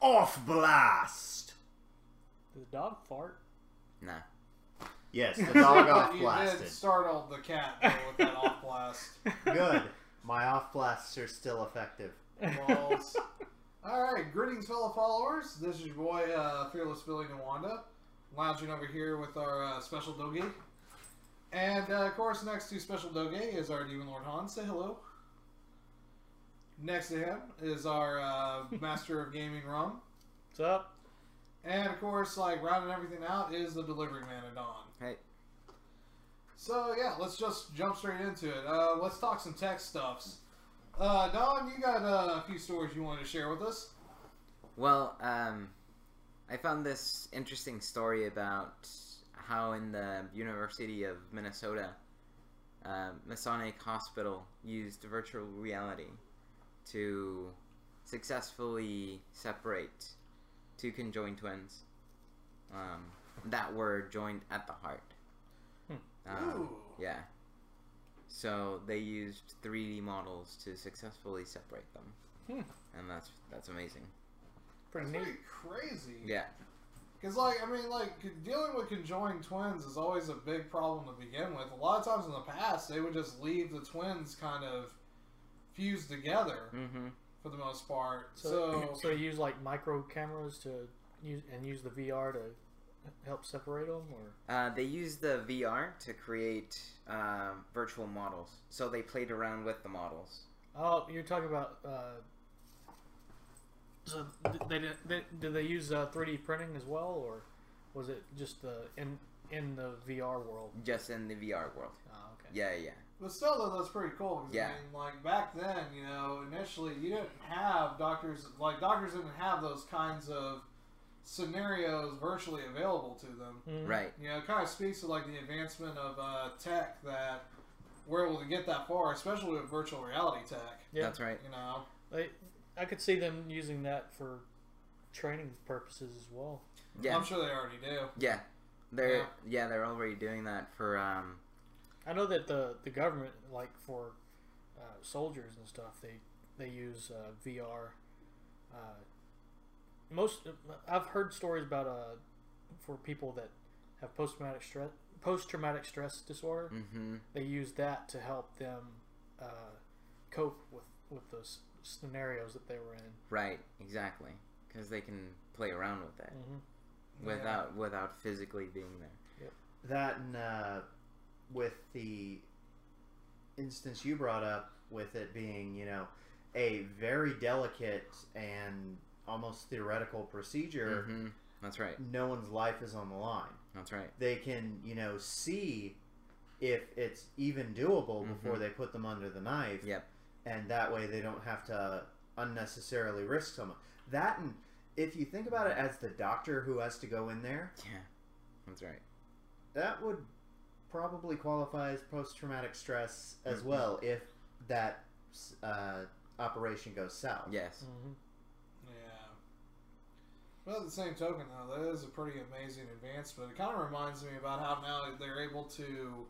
off blast. Does the dog fart? Nah. Yes, the dog off you blasted. did startle the cat though, with that off blast. Good. My off blasts are still effective. Balls. All right, greetings, fellow followers. This is your boy, uh, Fearless Billy Nwanda, lounging over here with our uh, special doggy. And uh, of course, next to special doggy is our demon lord Han. Say hello. Next to him is our uh, master of gaming rum. What's up? And of course, like rounding everything out is the delivery man at Dawn. Hey. So yeah, let's just jump straight into it. Uh, let's talk some tech stuffs. Uh, Don, you got uh, a few stories you wanted to share with us. Well, um, I found this interesting story about how in the University of Minnesota, uh, Masonic Hospital used virtual reality to successfully separate two conjoined twins um, that were joined at the heart. Hmm. Um, Ooh. yeah. So they used 3D models to successfully separate them. And that's that's amazing. Pretty That's neat. pretty crazy. Yeah. Because, like, I mean, like, dealing with conjoined twins is always a big problem to begin with. A lot of times in the past, they would just leave the twins kind of fused together Mm-hmm. for the most part. So, So, so they use like micro cameras to use and use the VR to help separate them, or Uh, they used the VR to create uh, virtual models. So they played around with the models. oh, you're talking about. Uh, so th- they did. They, did they use uh, 3D printing as well, or was it just the in in the VR world? Just in the VR world. Ah, okay. Yeah, yeah. but still, though, that's pretty cool. 'cause, Yeah. I mean, like, back then, you know, initially, you didn't have doctors, like, doctors didn't have those kinds of scenarios virtually available to them. Mm. Right. You know, it kind of speaks to like the advancement of uh, tech that we're able to get that far, especially with virtual reality tech. Yeah. That's right. You know, They, I could see them using that for training purposes as well. Yeah. I'm sure they already do. Yeah. They're yeah. Yeah. they're already doing that for um I know that the the government, like for uh, soldiers and stuff, they they use uh, VR. Uh, most I've heard stories about uh, for people that have post traumatic stress post traumatic stress disorder, mhm. they use that to help them uh, cope with with those scenarios that they were in. right exactly because they can play around with that Mm-hmm. without without physically being there. That and uh, with the instance you brought up, with it being, you know, a very delicate and almost theoretical procedure, Mhm. That's right. no one's life is on the line. That's right. They can, you know, see if it's even doable before Mhm. they put them under the knife. Yep. And that way they don't have to unnecessarily risk someone. That and if you think about it as the doctor who has to go in there, Yeah. That's right. that would probably qualify as post-traumatic stress as Mhm. well if that uh, operation goes south. Yes. Mm-hmm. Yeah. But at the same token, though, that is a pretty amazing advancement. It kind of reminds me about how now they're able to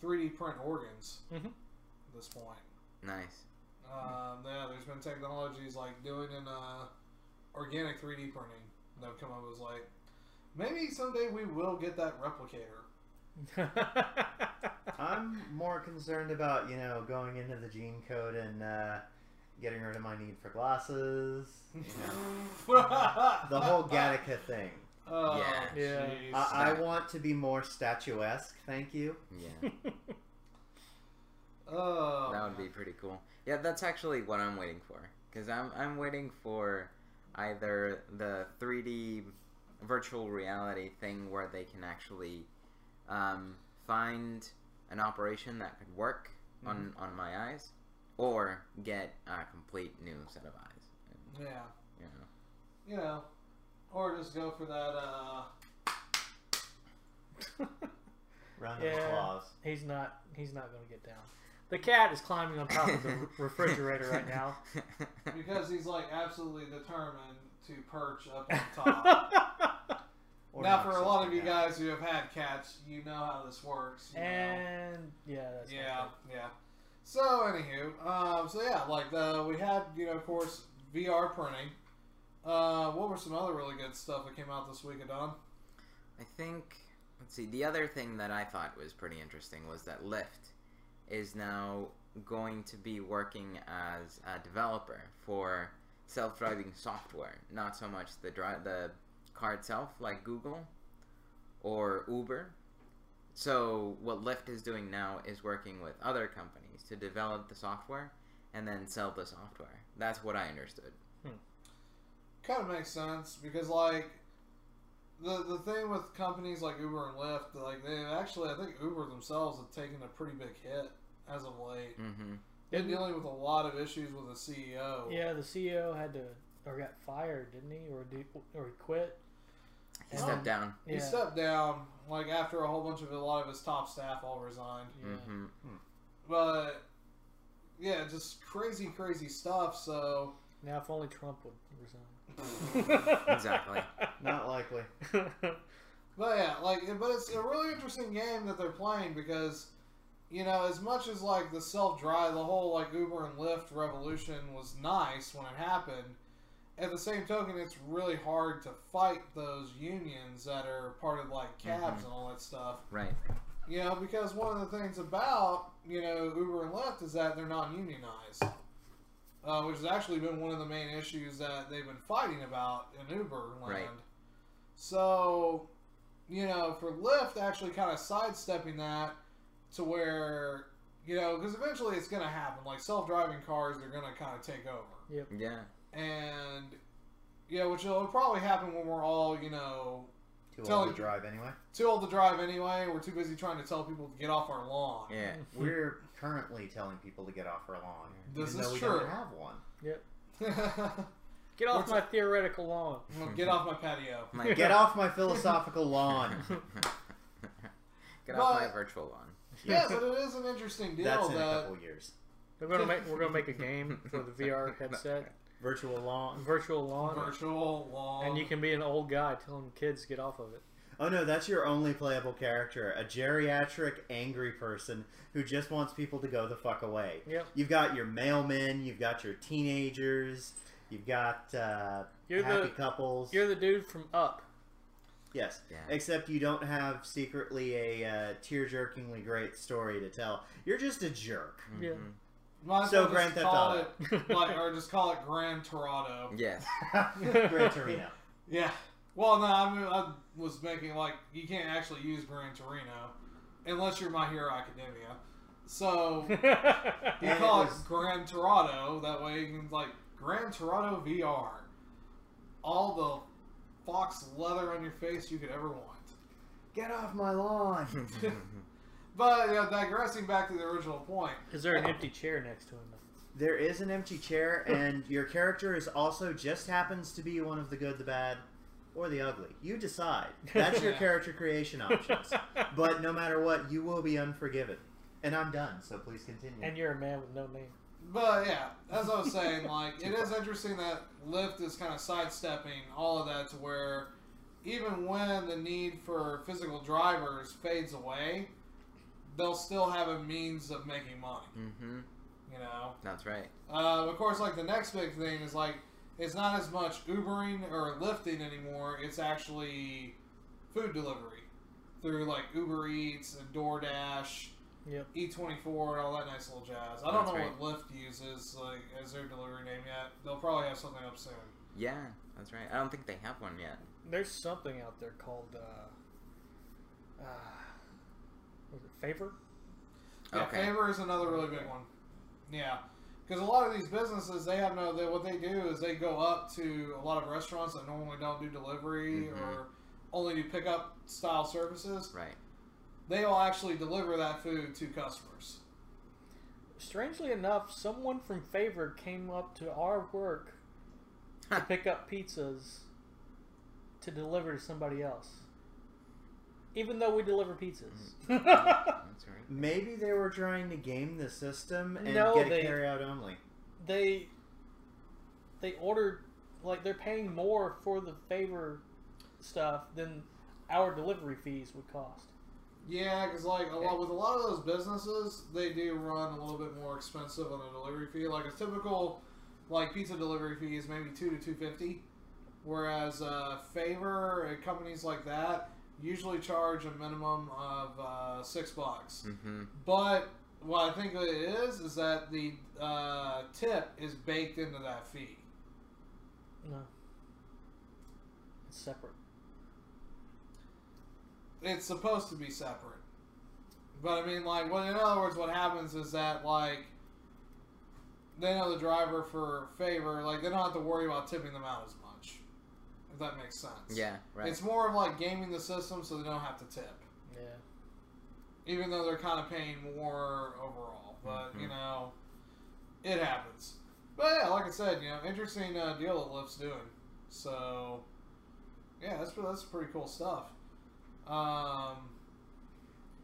3D print organs Mhm. at this point. Nice. Um, yeah, there's been technologies like doing an uh, organic 3D printing that have come up as like maybe someday we will get that replicator. I'm more concerned about, you know, going into the gene code and uh, getting rid of my need for glasses. you know, the whole Gattaca thing. Oh, Yeah. Yeah. jeez. I, I want to be more statuesque, thank you. Yeah. oh, That would be pretty cool. Yeah, that's actually what I'm waiting for. Because I'm, I'm waiting for either the 3D virtual reality thing where they can actually um, find an operation that could work on, on my eyes or get a complete new set of eyes. And, yeah. you know. You know, or just go for that. Uh, Round of Yeah. applause. He's not. He's not going to get down. The cat is climbing on top of the re- refrigerator right now. because he's like absolutely determined to perch up on top. Or now, knock for a lot of something you out. guys who have had cats, you know how this works. You know. and yeah, Eh, that's not Yeah, yeah. So, anywho, um, so yeah, like the we had you know, of course, VR printing. Uh, what were some other really good stuff that came out this week, Adon? I think let's see. The other thing that I thought was pretty interesting was that Lyft is now going to be working as a developer for self-driving software, not so much the dri- the car itself, like Google or Uber. So what Lyft is doing now is working with other companies to develop the software and then sell the software. That's what I understood. Kind of makes sense because like the the thing with companies like Uber and Lyft, like they actually, I think Uber themselves have taken a pretty big hit as of late. Mm-hmm. They're Didn't- dealing with a lot of issues with the E CEO. Yeah, the CEO had to or got fired, didn't he? Or do, or he quit? He Um, stepped down. Yeah. He stepped down like after a whole bunch of a lot of his top staff all resigned. yeah. Mm-hmm. But yeah, just crazy, crazy stuff. So Now, if only Trump would resign. Exactly. Not likely. But yeah, like, but it's a really interesting game that they're playing because, you know, as much as like the self drive, the whole like Uber and Lyft revolution was nice when it happened. At the same token, it's really hard to fight those unions that are part of like cabs Mm-hmm. and all that stuff. Right. You know, because one of the things about you know Uber and Lyft is that they're non-unionized, uh, which has actually been one of the main issues that they've been fighting about in Uber land. Right. So, you know, for Lyft actually kind of sidestepping that to where you know because eventually it's going to happen. Like self-driving cars, they're going to kind of take over Yeah. and. Yeah, which will probably happen when we're all, you know, Too Tell old to you- drive anyway. too old to drive anyway. We're too busy trying to tell people to get off our lawn. Yeah. We're currently telling people to get off our lawn. This even is though we true. don't have one. well, Get off What's- my theoretical lawn. get off my patio. My, Get off my philosophical lawn. Get off my But- virtual lawn. Yeah, but it is an interesting deal That's in a that couple years. We're gonna make we're gonna make a game for the VR headset, Virtual lawn. virtual lawn, virtual lawn. and you can be an old guy telling kids to get off of it. Oh no, that's your only playable character, a geriatric angry person who just wants people to go the fuck away. Yep. You've got your mailmen, you've got your teenagers, you've got uh, You're happy the couples. you're the dude from Up. Yes. Yeah. Except you don't have secretly a uh, tear-jerkingly great story to tell. You're just a jerk. Yeah. Mhm. Might as So well Grand just Theft call Auto. it like, or just call it Grand Torado. Yes. Gran Torino. Yeah. Well, no, I, mean, I was making like you can't actually use Grand Torino unless you're My Hero Academia. So you And it call it, was- Grand Torado. That way you can like Grand Torado VR. All the fox leather on your face you could ever want. Get off my lawn. But yeah, digressing back to the original point, Is there an empty chair next to him? There is an empty chair, and your character is also just happens to be one of the good, the bad, or the ugly. You decide. That's your Yeah. character creation options. But no matter what, you will be unforgiven. And I'm done, so please continue. and you're a man with no name. but yeah, as I was saying, like it is interesting that Lyft is kind of sidestepping all of that to where even when the need for physical drivers fades away, they'll still have a means of making money. hmm You know, That's right. uh, of course, like the next big thing is like it's not as much Ubering or lifting anymore. It's actually food delivery through like Uber Eats and DoorDash. Yep. E24 and E all that nice little jazz. I don't That's know right. what Lyft uses like as their delivery name yet. They'll probably have something up soon. Yeah, that's right. I don't think they have one yet. There's something out there called uh, uh, was it favor? Yeah, Okay. Favor is another really big one. Yeah, because a lot of these businesses they have no. They, what they do is they go up to a lot of restaurants that normally don't do delivery Mhm. or only do pickup style services. Right. They will actually deliver that food to customers. Strangely enough, someone from Favor came up to our work to pick up pizzas to deliver to somebody else. Even though we deliver pizzas. Mm. That's right. Maybe they were trying to game the system and No, get a they- carry out only. they they ordered like they're paying more for the favor stuff than our delivery fees would cost. Yeah, because like a lot with a lot of those businesses, they do run a little bit more expensive on a delivery fee. Like a typical, like pizza delivery fee is maybe two to two fifty. Whereas uh, Favor and companies like that usually charge a minimum of uh, six bucks. Mm-hmm. But what I think it is is that the uh, tip is baked into that fee. No. It's separate. It's supposed to be separate. But I mean, like, well, in other words, what happens is that like they know the driver for favor, like they don't have to worry about tipping them out as much. If that makes sense. Yeah, right. It's more of like gaming the system so they don't have to tip, Yeah. even though they're kind of paying more overall. But you Mhm. know, it happens. But yeah, like I said, you know, interesting uh, deal that Lyft's doing. So yeah, that's that's pretty cool stuff. Um,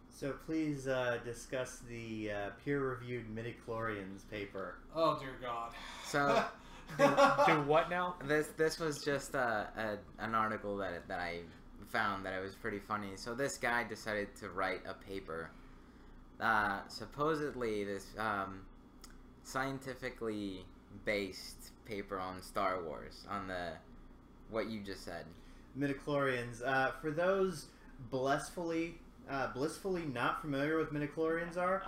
So please uh, discuss the uh, peer-reviewed midichlorians paper. oh dear God. So Do what now? this this was just uh, a, a an article that that I found that it was pretty funny. So this guy decided to write a paper. Uh, supposedly this um, scientifically based paper on Star Wars on the what you just said. midichlorians. Uh, for those blissfully, uh, blissfully not familiar with midichlorians are,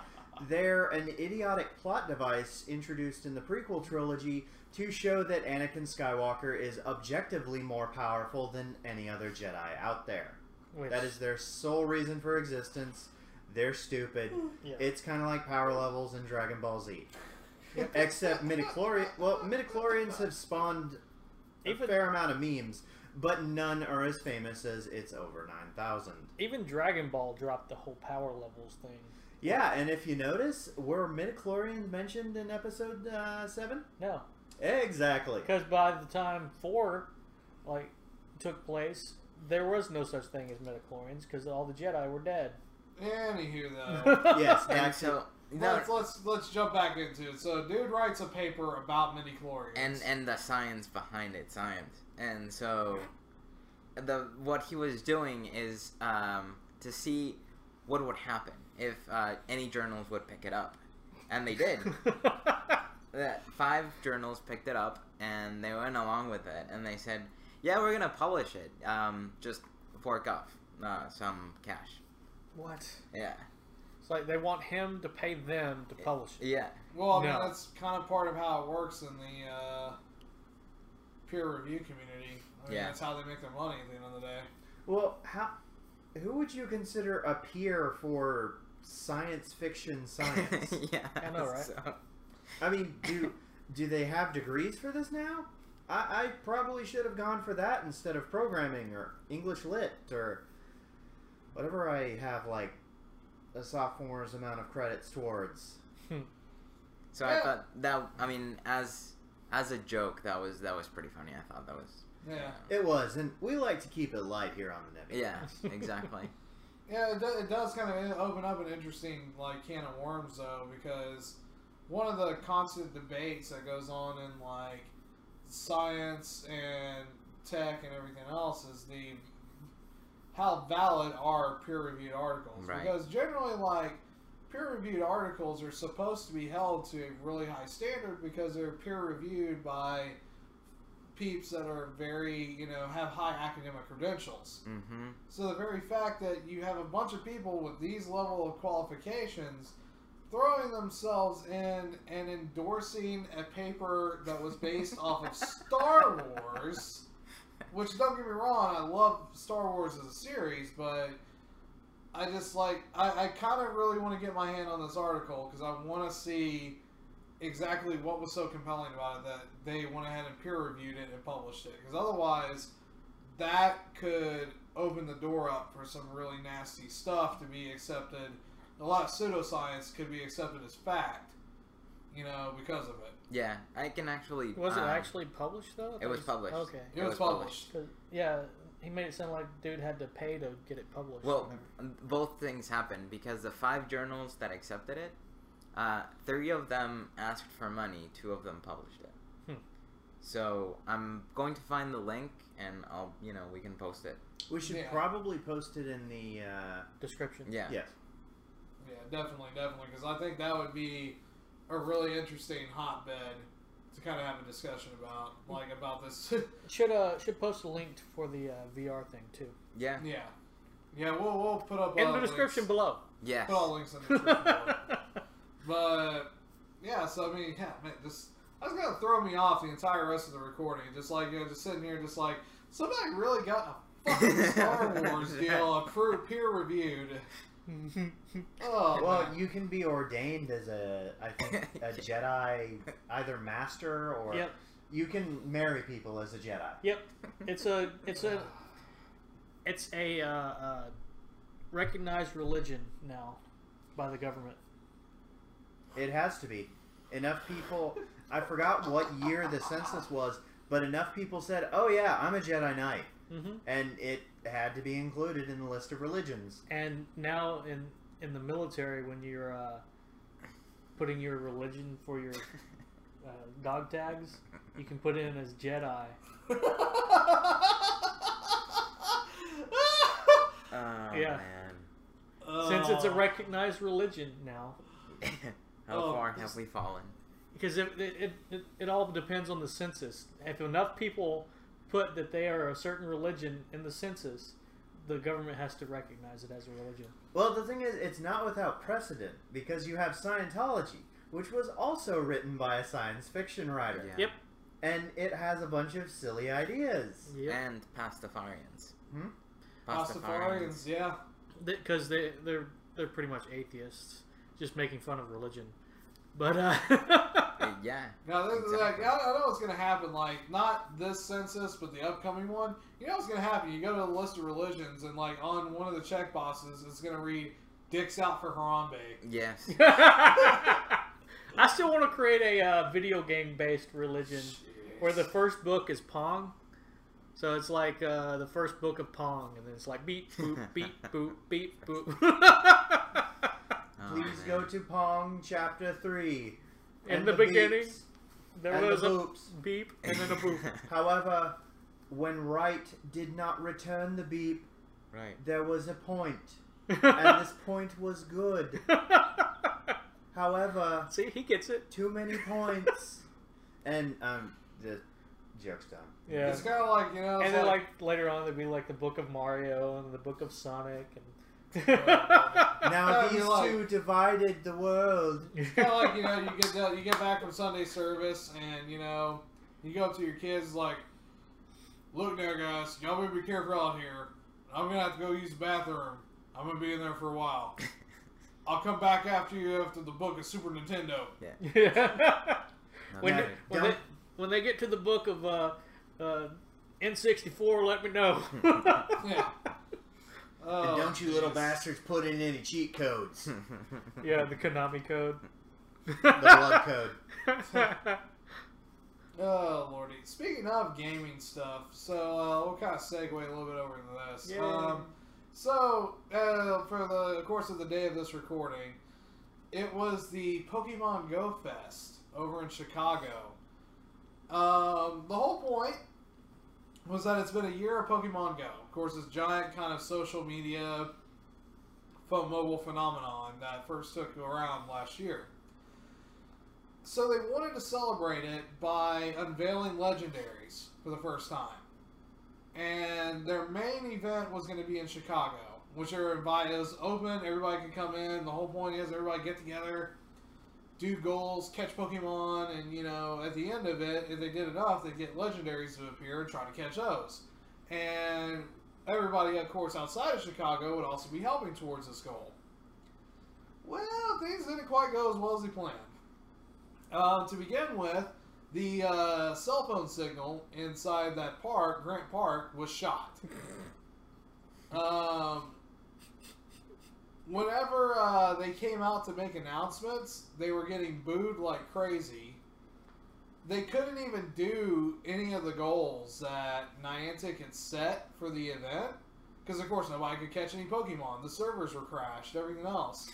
they're an idiotic plot device introduced in the prequel trilogy to show that Anakin Skywalker is objectively more powerful than any other Jedi out there. Which, That is their sole reason for existence. They're stupid. Yeah. It's kind of like power levels in Dragon Ball Z. Except midichlorian. Well, midichlorians have spawned a Even- fair amount of memes, but none are as famous as it's over nine thousand. Even Dragon Ball dropped the whole power levels thing. Yeah, and if you notice, were midichlorians mentioned in episode uh, seven? No, Exactly. because by the time four, like, took place, there was no such thing as midichlorians because all the Jedi were dead. Anywho, though, Uh, Yes, And that's so no, let's, let's let's jump back into it. So, dude writes a paper about mini chlorians. and and the science behind it, science. And so, the what he was doing is um, to see what would happen if uh, any journals would pick it up, and they did. that five journals picked it up and they went along with it and they said yeah we're gonna publish it um, just fork off uh, some cash what? yeah It's like they want him to pay them to publish it. yeah well, I mean, No. that's kind of part of how it works in the uh, peer review community. I mean, Yeah. that's how they make their money at the end of the day. well. How? Who would you consider a peer for science fiction science? yeah I know, right? so- I mean, do do they have degrees for this now? I, I probably should have gone for that instead of programming or English lit or whatever I have like a sophomore's amount of credits towards. so i thought that i mean as as a joke that was that was pretty funny i thought that was uh, Yeah, It was, and we like to keep it light here on the Nebby. yeah exactly yeah, it, do, it does kind of open up an interesting like can of worms though, because one of the constant debates that goes on in like science and tech and everything else is the how valid are peer reviewed articles Right. because generally like peer reviewed articles are supposed to be held to a really high standard because they're peer reviewed by peeps that are very you know have high academic credentials mm-hmm so the very fact that you have a bunch of people with these level of qualifications throwing themselves in and endorsing a paper that was based off of Star Wars, which don't get me wrong, I love Star Wars as a series, but I just like I, I kind of really want to get my hand on this article because I want to see exactly what was so compelling about it that they went ahead and peer reviewed it and published it because otherwise that could open the door up for some really nasty stuff to be accepted. A lot of pseudoscience could be accepted as fact, you know, because of it. yeah i can actually Was it um, actually published though? I it thought was published Okay. It, was, published. 'Cause- yeah, he made it sound like dude had to pay to get it published. Well, both things happened because the five journals that accepted it, uh, three of them asked for money, two of them published it. Hmm. So I'm going to find the link and I'll, you know, we can post it. We should Yeah. probably post it in the uh, description. Yeah. yes. Yeah, definitely, definitely, because I think that would be a really interesting hotbed to kind of have a discussion about, like about this. Should uh should post a link for the uh, VR thing too Yeah. yeah, yeah. We'll we'll put up in uh, the description links. below. Yes. Put all links in the description below. But yeah, so I mean, yeah, man, this that's gonna throw me off the entire rest of the recording. Just like you know, just sitting here, just like somebody really got a fucking Star Wars deal approved, peer reviewed. Oh, Well, man. you can be ordained as a, I think, a Jedi, either master or yep, you can marry people as a Jedi. yep. It's a it's a it's a uh, uh, recognized religion now by the government. It has to be. Enough people. I forgot what year the census was, but enough people said, "Oh yeah, I'm a Jedi Knight," hmm and it had to be included in the list of religions. And now in in the military, when you're uh, putting your religion for your uh, dog tags, you can put in as Jedi. Oh, Yeah. Since it's a recognized religion now, man. How Oh, far this- have we fallen? because it it, it it all depends on the census. If enough people put that they are a certain religion in the census, the government has to recognize it as a religion. Well, the thing is, it's not without precedent because you have Scientology, which was also written by a science fiction writer, Yeah. Yep. and it has a bunch of silly ideas. Yeah, And Pastafarians. Hmm? Pastafarians. Pastafarians, yeah. because they they're they're pretty much atheists, just making fun of religion. But uh, Uh, yeah. Now, this, Exactly. like, I, I know what's going to happen. Like, not this census, but the upcoming one. You know what's going to happen? You go to the list of religions, and like on one of the check boxes, it's going to read "dicks out for Harambe." Yes. I still want to create a uh, video game based religion where the first book is Pong. So it's like uh, the first book of Pong, and then it's like beep boop beep boop beep boop. Oh, Please man. go to Pong Chapter Three. In And the beginning, beeps, there and was the a boops. beep and then a boop. However, when Wright did not return the beep, right. there was a point, and this point was good. However, See, he gets it. too many points, and um, the joke's done. Yeah. It's kind of like you know. It's and then like, like later on, there'd be like the book of Mario and the book of Sonic. Now- And Now Oh, these you're like- two divided the world. kind of like you know, you get done- you get back from Sunday service, and you know, you go up to your kids like, "Look now, guys, y'all better be careful out here. I'm gonna have to go use the bathroom. I'm gonna be in there for a while. I'll come back after you after the book of Super Nintendo." No, when, Yeah, sorry. when, don't- they, when they get to the book of uh, uh, N64, let me know. Yeah. Oh, and don't you little jeez. bastards put in any cheat codes, the yeah, the Konami code. blood code. Oh lordy! Speaking of gaming stuff, so uh, we'll kind of segue a little bit over into this. Yeah. Um, so uh, for the course of the day of this recording, it was the Pokemon Go Fest over in Chicago. Um, the whole point was that it's been a year of Pokemon Go. Of course, this giant kind of social media, phone mobile phenomenon that first took around last year. So they wanted to celebrate it by unveiling legendaries for the first time. And their main event was going to be in Chicago, which are invited it was open, everybody could come in. The whole point is everybody get together, do goals, catch Pokemon, and you know, at the end of it, if they did enough, they get legendaries to appear and try to catch those. And everybody, of course, outside of Chicago would also be helping towards this goal. Well, things didn't quite go as well as they planned. Um, to begin with, the uh, cell phone signal inside that park, Grant Park, was shot. um, whenever uh, they came out to make announcements, they were getting booed like crazy. They couldn't even do any of the goals that Niantic had set for the event. Because, of course, nobody could catch any Pokemon. The servers were crashed, everything else.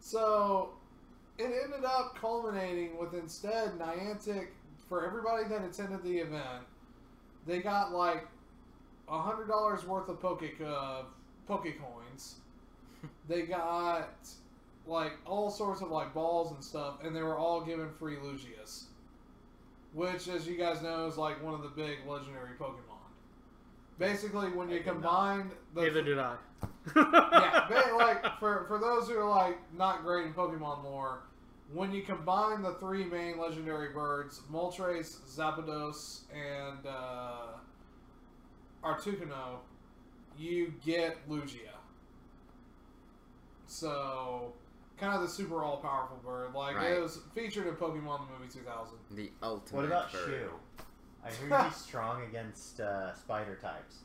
so, it ended up culminating with instead Niantic for everybody that attended the event, they got like a hundred dollars worth of poke uh, poke coins. they got like all sorts of like balls and stuff, and they were all given free Lugias. which, as you guys know, is like one of the big legendary Pokemon. Basically, when I you did not. combine the Neither did I. yeah, ba- like for for those who are like not great in Pokemon lore, when you combine the three main legendary birds, Moltres, Zapdos, and uh, Articuno, you get Lugia. So, kind of the super all powerful bird. Like Right. it was featured in Pokemon the movie 2000. The ultimate. What about bird. Shu? I hear he's strong against uh, spider types.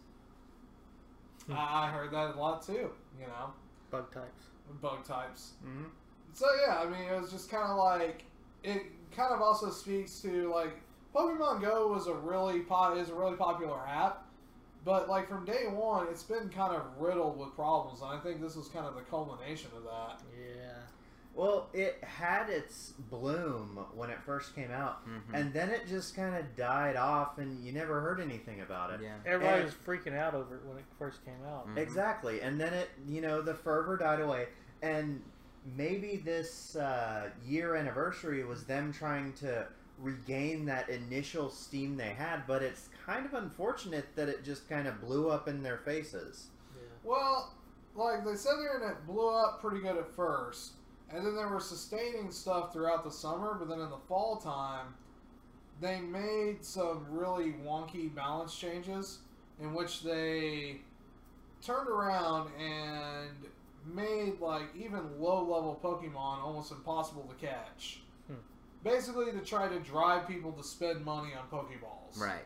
I, I heard that a lot too. You know, Bug types. bug types. Mm-hmm. So yeah, I mean, it was just kind of like it kind of also speaks to like Pokemon Go was a really po- is a really popular app, but like from day one, it's been kind of riddled with problems, and I think this was kind of the culmination of that. Yeah. Well, it had its bloom when it first came out, Mhm. and then it just kind of died off, and you never heard anything about it. yeah. Everybody And- was freaking out over it when it first came out. Mm. Exactly, and then it, you know, the fervor died away, and maybe this uh, year anniversary was them trying to regain that initial steam they had, but it's kind of unfortunate that it just kind of blew up in their faces. Yeah. Well, like they said, the internet blew up pretty good at first, and then they were sustaining stuff throughout the summer, but then in the fall time, they made some really wonky balance changes in which they turned around and made like even low level Pokemon almost impossible to catch. Hmm. Basically, to try to drive people to spend money on Pokeballs. Mm-hmm. Right.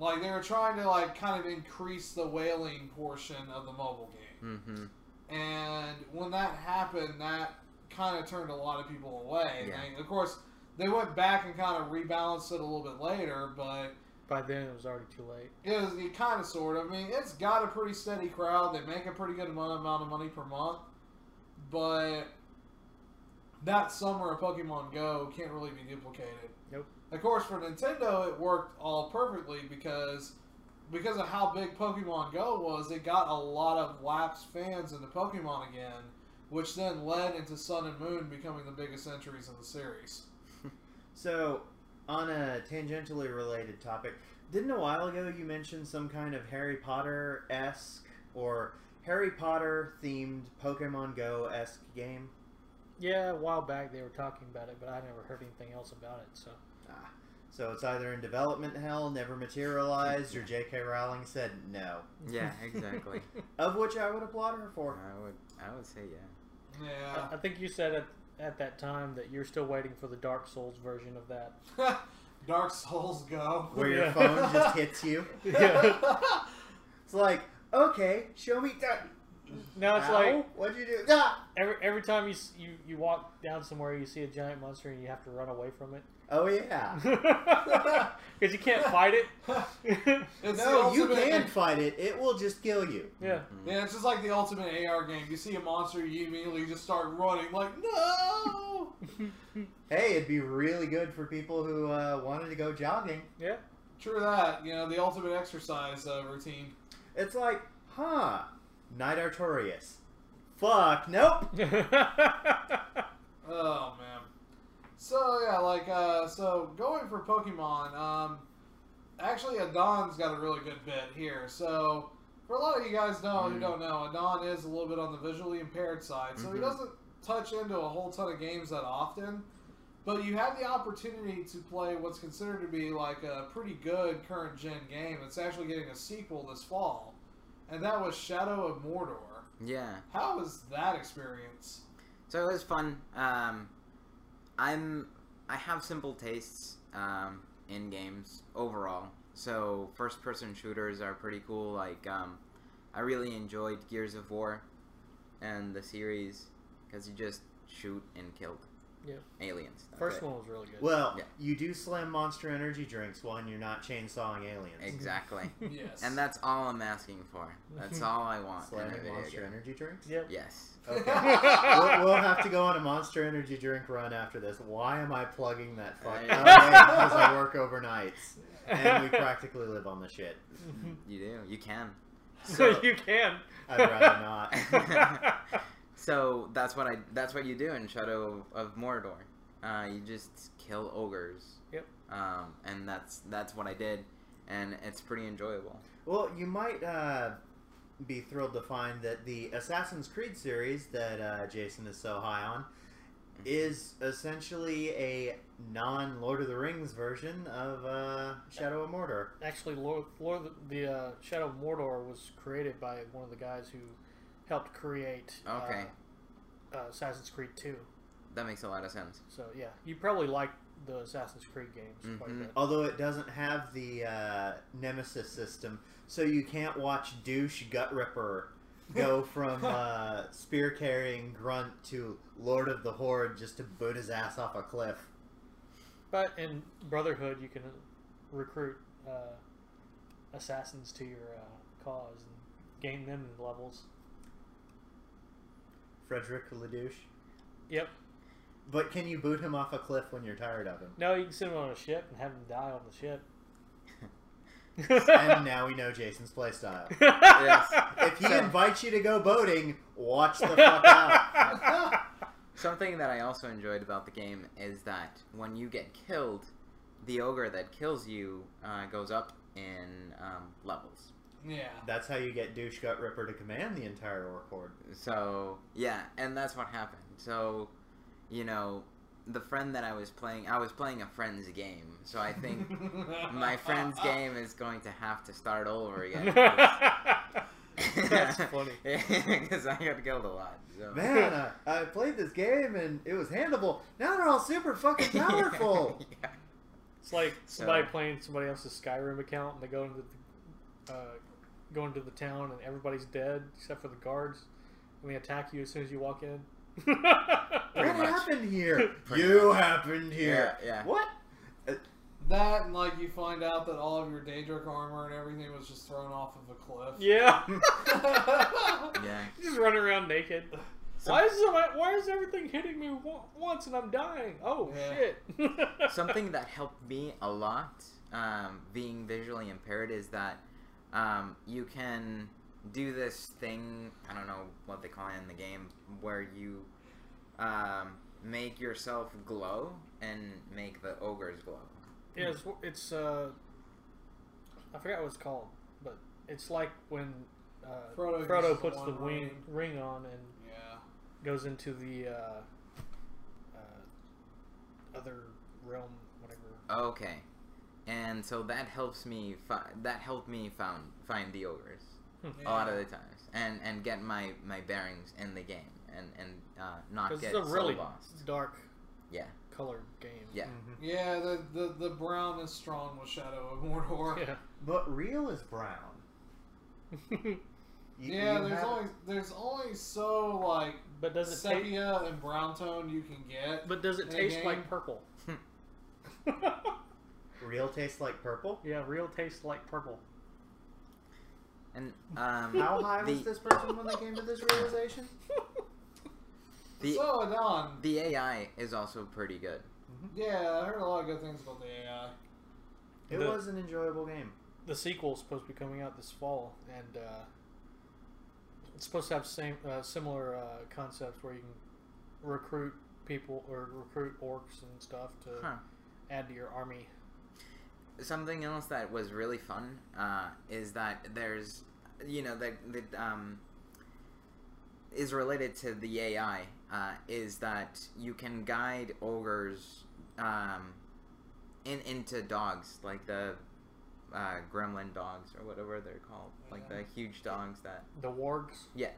Like they were trying to like kind of increase the whaling portion of the mobile game. Mm-hmm. And when that happened, that kind of turned a lot of people away. And Yeah. they- of course, they went back and kind of rebalanced it a little bit later, but By then it was already too late. it was the kind of sort of. I mean, it's got a pretty steady crowd. They make a pretty good amount amount of money per month, but that summer of Pokemon Go can't really be duplicated. Nope. Of course, for Nintendo, it worked all perfectly because because of how big Pokemon Go was. It got a lot of lapsed fans into Pokemon again, which then led into Sun and Moon becoming the biggest entries in the series. So, on a tangentially related topic, didn't a while ago you mention some kind of Harry Potter esque or Harry Potter themed Pokemon Go esque game? Yeah, a while back they were talking about it, but I never heard anything else about it. So Ah, so it's either in development hell, never materialized, or J.K. Rowling said no. Yeah. Exactly. Of which I would applaud her for. I would. I would say yeah. Yeah. I, I think you said at, at that time that you're still waiting for the Dark Souls version of that. Dark Souls Go. Where your Yeah. phone just hits you. Yeah. It's like, okay, show me that. now it's Ow, like what'd you do? Ah! every every time you, s- you you walk down somewhere, you see a giant monster and you have to run away from it Oh yeah. because you can't fight it. It's No, the you ultimate- can fight it. It will just kill you. yeah, Mhm. Yeah, it's just like the ultimate AR game. You see a monster, you immediately just start running, like, no! Hey, it'd be really good for people who uh, wanted to go jogging. yeah. True that, you know, the ultimate exercise uh, routine. It's like, huh, Knight Artorias. Fuck, nope. Oh, man. So, yeah, like, uh, so going for Pokemon, um, actually, Adon's got a really good bit here. So, for a lot of you guys know who Mm. don't know, Adon is a little bit on the visually impaired side, so he Mhm. doesn't touch into a whole ton of games that often. But you have the opportunity to play what's considered to be like a pretty good current gen game. It's actually getting a sequel this fall, and that was Shadow of Mordor. Yeah. How was that experience? So it was fun. Um, I'm I have simple tastes um, in games overall. So first person shooters are pretty cool. Like um, I really enjoyed Gears of War and the series because you just shoot and killed Yep. aliens. That's First it. one was really good. Well, Yeah. you do slam monster energy drinks while you're not chainsawing aliens. Exactly. Yes. and that's all I'm asking for. That's all I want. in a Slamming video monster game. energy drinks? Yep. Yes. Okay. we'll, we'll have to go on a monster energy drink run after this. Why am I plugging that fuck? Yeah. Because I work overnights and we practically live on the shit. You do. You can. so you can. I'd rather not. So that's what I that's what you do in Shadow of Mordor. Uh, you just kill ogres. Yep. um, and that's that's what I did, and it's pretty enjoyable. Well, you might uh, be thrilled to find that the Assassin's Creed series that uh, Jason is so high on is essentially a non Lord of the Rings version of uh, Shadow of Mordor. Actually, Lord, Lord of the, the uh, Shadow of Mordor was created by one of the guys who helped create uh, Okay, uh, Assassin's Creed 2. that makes a lot of sense. So, yeah, you probably like the Assassin's Creed games quite a Mhm. bit. Although it doesn't have the uh, Nemesis system, so you can't watch douche gut ripper go from uh, spear carrying grunt to Lord of the Horde just to boot his ass off a cliff. But in Brotherhood, you can recruit uh, assassins to your uh, cause and gain them levels. Frederick Ledouche. Yep. But can you boot him off a cliff when you're tired of him? No, you can send them on a ship and have them die on the ship. and now we know Jason's playstyle. If he So- invites you to go boating, watch the fuck out. Something that I also enjoyed about the game is that when you get killed, the ogre that kills you uh, goes up in um, levels. Yeah. That's how you get douche gut ripper to command the entire orc horde. So yeah, and that's what happened. So, you know, the friend that I was playing, I was playing a friend's game. So I think my Uh, friend's game is going to have to start over again. That's funny. Because I got killed a lot. So. Man, uh, I played this game and it was handleable. Now they're all super fucking powerful. yeah. It's like So- somebody playing somebody else's Skyrim account, and they go into the, uh, go into the town, and everybody's dead except for the guards, and they attack you as soon as you walk in. what much. happened here? Pretty you much. happened here. Yeah, yeah. What? That and like you find out that all of your Daedric armor and everything was just thrown off of a cliff. yeah, Yeah. just running around naked. So- why is somebody, why is everything hitting me wa- once and I'm dying? Oh Yeah. shit! Something that helped me a lot, um, being visually impaired, is that um, you can do this thing. I don't know what they call it in the game, where you um, make yourself glow and make the ogres glow. Yeah, it's, it's uh, I forgot what it's called, but it's like when uh, Frodo Frodo, uses the puts the one wing ring on and Yeah. goes into the uh, uh, other realm, whatever. Okay, and so that helps me. Fi- that helped me found find the ogres a lot of the times, and and get my my bearings in the game, and and uh, not Because get it's a really so lost. dark, Yeah. colored game. Yeah. Mhm. Yeah, the, the the brown is strong with Shadow of Mordor. Yeah. But real is brown. You- Yeah, you there's have- only there's only so like but does it taste? sepia and brown tone you can get. But does it in a taste game? like purple? real tastes like purple. yeah, real tastes like purple. And um, How high the, was this person when they came to this realization? the- so Adon, The AI is also pretty good. yeah, I heard a lot of good things about the AI. It The- was an enjoyable game. the sequel's supposed to be coming out this fall, and uh, it's supposed to have same uh, similar uh, concepts where you can recruit people or recruit orcs and stuff to Huh. add to your army. Something else that was really fun uh, is that there's, you know, that that um, is related to the AI uh, is that you can guide ogres um, in into dogs like the uh, gremlin dogs or whatever they're called, like the huge dogs that The wargs. yeah.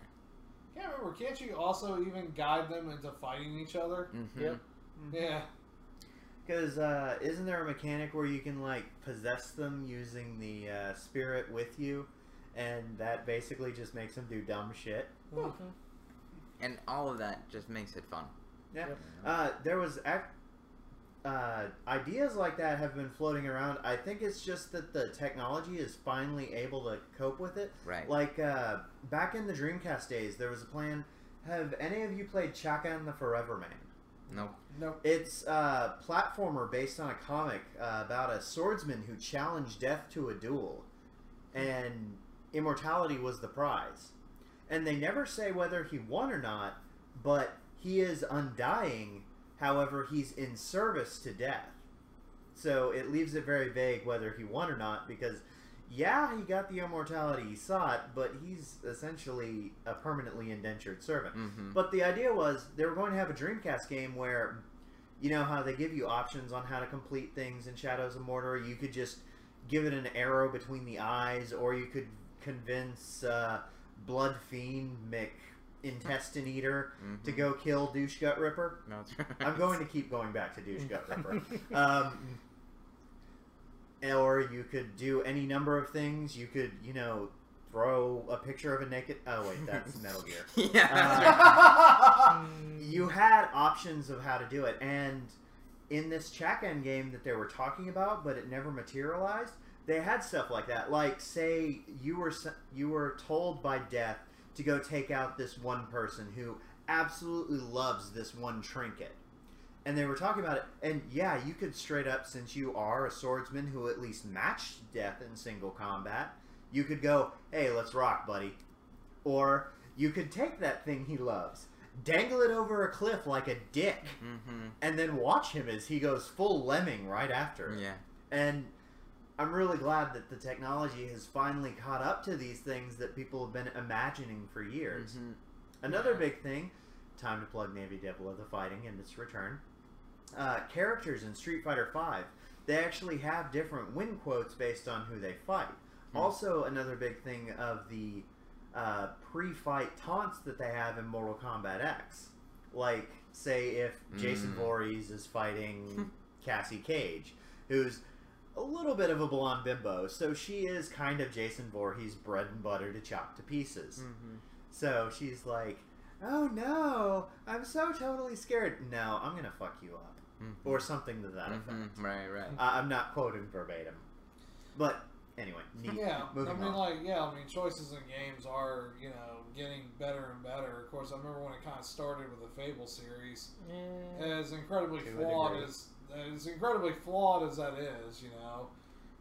Can't remember. Can't you also even guide them into fighting each other? Mm-hmm. Yep. Yeah. Because uh, isn't there a mechanic where you can like possess them using the uh, spirit with you, and that basically just makes them do dumb shit? Huh. Mhm. And all of that just makes it fun. Yeah. Yep. Uh, there was ac- uh, ideas like that have been floating around. I think it's just that the technology is finally able to cope with it. Right. Like uh, back in the Dreamcast days, there was a plan. Have any of you played Chaka and the Forever Man? Nope. Nope. It's a platformer based on a comic uh, about a swordsman who challenged death to a duel, and immortality was the prize. And they never say whether he won or not, but he is undying. However, he's in service to death. So it leaves it very vague whether he won or not because, yeah, he got the immortality he sought, but he's essentially a permanently indentured servant. Mm-hmm. But the idea was they were going to have a Dreamcast game where, you know, how they give you options on how to complete things in Shadows of Mordor. You could just give it an arrow between the eyes, or you could convince uh, Blood Fiend Mick Intestine Eater to go kill Douche Gut Ripper. No, it's mm-hmm. right. I'm going to keep going back to Douche Gut Ripper. Um, or you could do any number of things. You could, you know, throw a picture of a naked. Oh wait, that's Metal Gear yeah. that's Uh, Ah! Mm, right. you had options of how to do it and in this check end game that they were talking about but it never materialized they had stuff like that like say you were s- you were told by death to go take out this one person who absolutely loves this one trinket and they were talking about it and yeah you could straight up since you are a swordsman who at least matched death in single combat you could go hey let's rock buddy or you could take that thing he loves dangle it over a cliff like a dick Mm-hmm. and then watch him as he goes full lemming right after it. Yeah. and i'm really glad that the technology has finally caught up to these things that people have been imagining for years Mhm. Another Yeah. big thing, time to plug Navy Devil of the Fighting and its return. Uh, characters in Street Fighter V, they actually have different win quotes based on who they fight. Hmm. Also, another big thing of the uh, pre-fight taunts that they have in Mortal Kombat X, like say if Jason Mm. Voorhees is fighting Cassie Cage, who's a little bit of a blonde bimbo, so she is kind of Jason Voorhees' bread and butter to chop to pieces. So she's like, "Oh no, I'm so totally scared. No, I'm gonna fuck you up," Mhm. or something to that effect. Mhm. Right, right. I- I'm not quoting verbatim, but anyway, neat. Yeah, Moving I mean, on. like, yeah, I mean, choices in games are, you know, getting better and better. Of course, I remember when it kind of started with the Fable series, yeah. as incredibly To a flawed degree. as as incredibly flawed as that is, you know,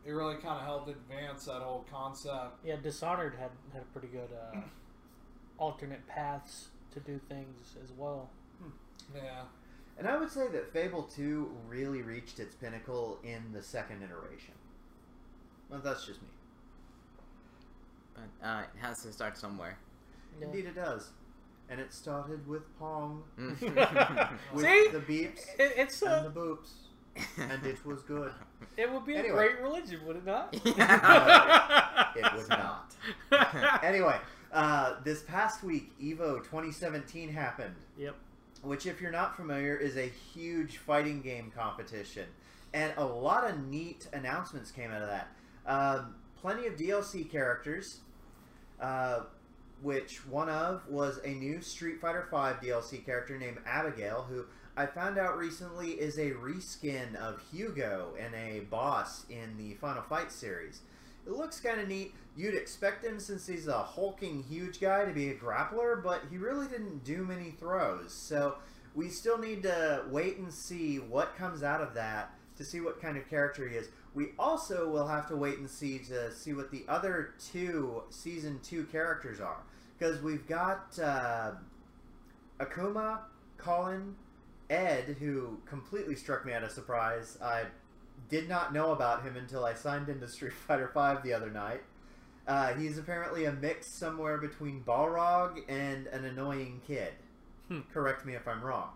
it really kind of helped advance that whole concept. Yeah, Dishonored had had a pretty good uh, alternate paths to do things as well. Yeah, and I would say that Fable Two really reached its pinnacle in the second iteration. Well, that's just me. But uh, it has to start somewhere. Indeed, it does, and it started with Pong, Mhm. with See? the beeps It, it's and a, the boops, and it was good. it would be a Anyway. great religion, would it not? Yeah. It would not. Anyway, uh, this past week, Evo 2017 happened. Yep. Which, if you're not familiar, is a huge fighting game competition. And a lot of neat announcements came out of that. Um, plenty of DLC characters, uh, which one of was a new Street Fighter V DLC character named Abigail, who I found out recently is a reskin of Hugo and a boss in the Final Fight series. It looks kind of neat. You'd expect him, since he's a hulking, huge guy, to be a grappler, but he really didn't do many throws. So we still need to wait and see what comes out of that to see what kind of character he is. We also will have to wait and see to see what the other two season two characters are, because we've got uh, Akuma, Colin, Ed, who completely struck me at a surprise. I did not know about him until I signed into Street Fighter V the other night. Uh, he's apparently a mix somewhere between Balrog and an annoying kid. Hmm. Correct me if I'm wrong.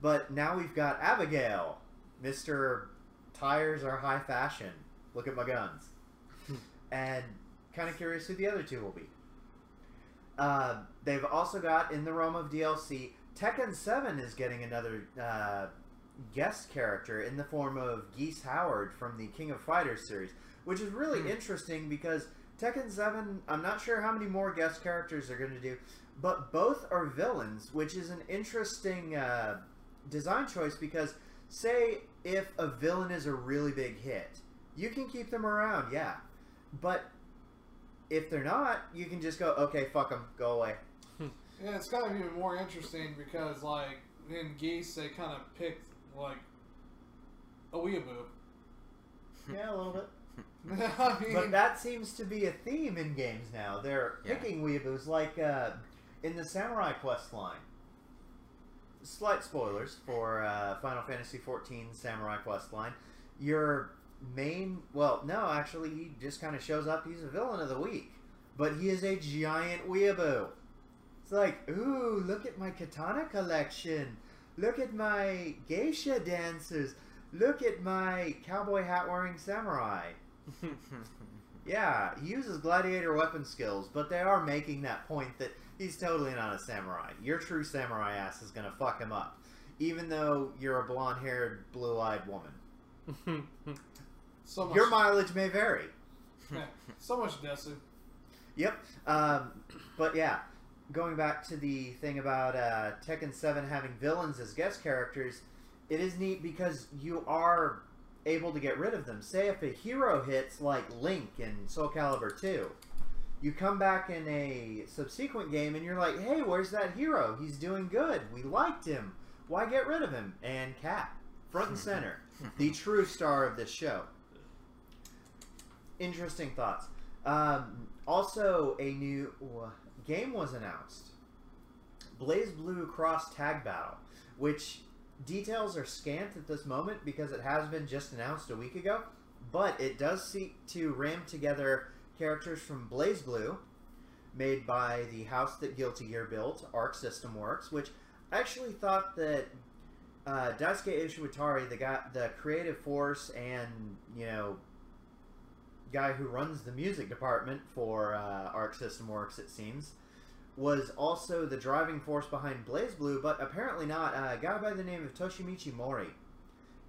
But now we've got Abigail, Mr. Tires are high fashion. Look at my guns. and kind of curious who the other two will be. Uh, they've also got in the realm of DLC, Tekken 7 is getting another uh, guest character in the form of Geese Howard from the King of Fighters series, which is really Hmm. interesting because Tekken 7, I'm not sure how many more guest characters they're going to do, but both are villains, which is an interesting uh, design choice because, say, if a villain is a really big hit, you can keep them around, yeah. But if they're not, you can just go, okay, fuck them, go away. yeah, it's kind of even more interesting because like in Geese they kind of picked like a weeaboo. Yeah, a little bit. I mean, But that seems to be a theme in games now. They're Yeah. picking weeaboos, like uh, in the Samurai Quest line. Slight spoilers for uh, Final Fantasy XIV Samurai Quest line. your main well no actually he just kind of shows up he's a villain of the week but he is a giant weeaboo it's like ooh look at my katana collection look at my geisha dancers look at my cowboy hat wearing samurai yeah he uses gladiator weapon skills but they are making that point that he's totally not a samurai your true samurai ass is gonna fuck him up even though you're a blonde haired blue eyed woman So much, your mileage may vary so much Desu. Yep. Um, but yeah, going back to the thing about uh, Tekken 7 having villains as guest characters, it is neat because you are able to get rid of them. Say if a hero hits like Link in Soul Calibur 2, you come back in a subsequent game and you're like, hey, where's that hero? He's doing good. We liked him. Why get rid of him? And Cat, front and center, the true star of this show. Interesting thoughts. Um, also, a new uh, game was announced Blaze Blue Cross Tag Battle, which details are scant at this moment because it has been just announced a week ago, but it does seek to ram together characters from Blaze Blue, made by the house that Guilty Gear built, Arc System Works, which I actually thought that. Uh, Daisuke Ishiwatari, the guy, the creative force, and you know guy who runs the music department for uh, Arc System Works, it seems, was also the driving force behind Blaze Blue, but apparently not. Uh, a guy by the name of Toshimichi Mori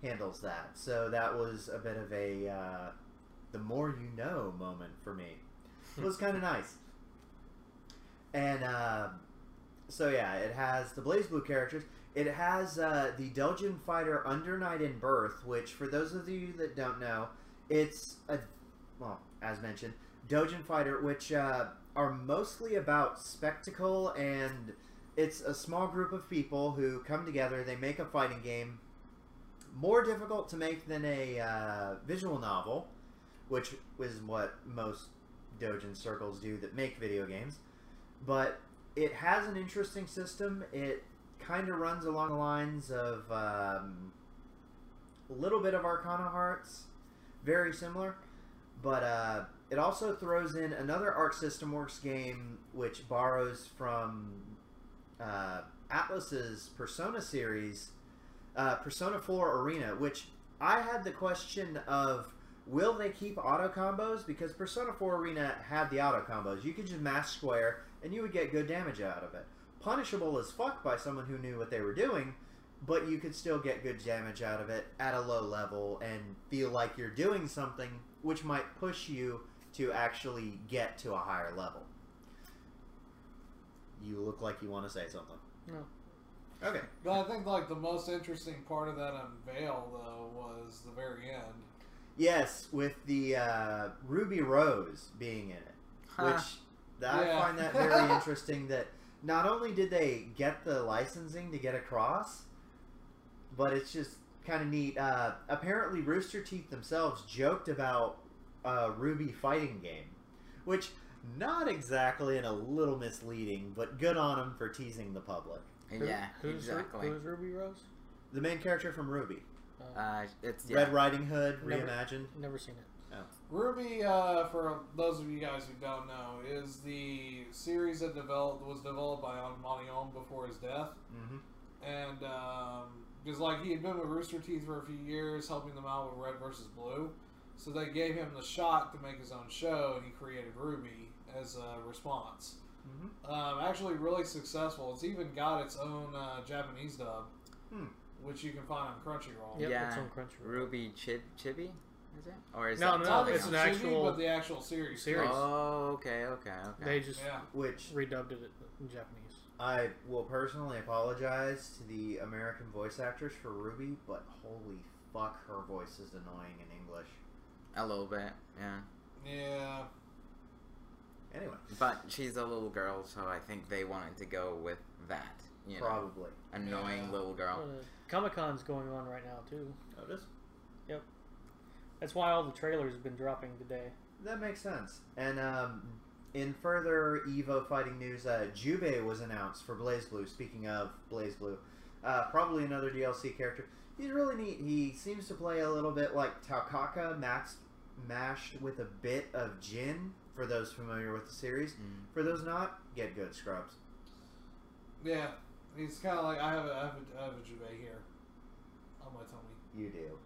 handles that. So that was a bit of a uh, the more you know moment for me. It was kind of nice. And uh, so, yeah, it has the Blaze Blue characters. It has uh, the Delgian fighter Under Night in Birth, which, for those of you that don't know, it's a well, as mentioned, Dojin Fighter, which uh, are mostly about spectacle, and it's a small group of people who come together, they make a fighting game, more difficult to make than a uh, visual novel, which is what most Dojin circles do that make video games. But it has an interesting system. It kind of runs along the lines of um, a little bit of Arcana Hearts, very similar. But uh, it also throws in another Arc System Works game, which borrows from uh, Atlas's Persona series, uh, Persona 4 Arena, which I had the question of will they keep auto combos? Because Persona 4 Arena had the auto combos. You could just mash square and you would get good damage out of it. Punishable as fuck by someone who knew what they were doing, but you could still get good damage out of it at a low level and feel like you're doing something which might push you to actually get to a higher level. You look like you want to say something. No. Okay. But I think like the most interesting part of that unveil though was the very end. Yes, with the uh, Ruby Rose being in it. Huh. which th- I Yeah. find that very interesting. That not only did they get the licensing to get across, but it's just kind of neat. Uh, apparently, Rooster Teeth themselves joked about a Ruby fighting game, which not exactly and a little misleading, but good on them for teasing the public. Who- yeah, who's Ru- exactly. who's Ruby Rose? The main character from Ruby, Uh, Uh, it's yeah. Red Riding Hood, Never- reimagined. never seen it. Ruby, uh, for those of you guys who don't know, is the series that developed was developed by Monty before his death. hmm and um, because like he had been with Rooster Teeth for a few years, helping them out with Red versus Blue, so they gave him the shot to make his own show, and he created Ruby as a response. hmm Um, actually, really successful. It's even got its own uh, Japanese dub, Hmm. which you can find on Crunchyroll. Yep, Yeah. it's on Crunchyroll. Ruby Chib Chibi, is it? Or is No, that no, Not something the it's an else? chibi, actual but the actual series. series. Oh, okay, okay, okay. They just Yeah, Which redubbed it in Japanese. I will personally apologize to the American voice actors for Ruby, but holy fuck, her voice is annoying in English. A little bit, yeah. yeah. Anyway, But she's a little girl, so I think they wanted to go with that. You know, probably. annoying Yeah. little girl. Uh, Comic Con's going on right now too. Notice? That's why all the trailers have been dropping today. That makes sense. And um, in further Evo fighting news, uh, Jubei was announced for Blaze Blue. Speaking of Blaze Blue, uh, probably another DLC character. he's really neat. He seems to play a little bit like Taukaka, max, mashed with a bit of gin. For those familiar with the series, Hmm. Mm. for those not, get good scrubs. Yeah, he's kind of like I have a, I have a, I have a Jubei here on my tummy. You do.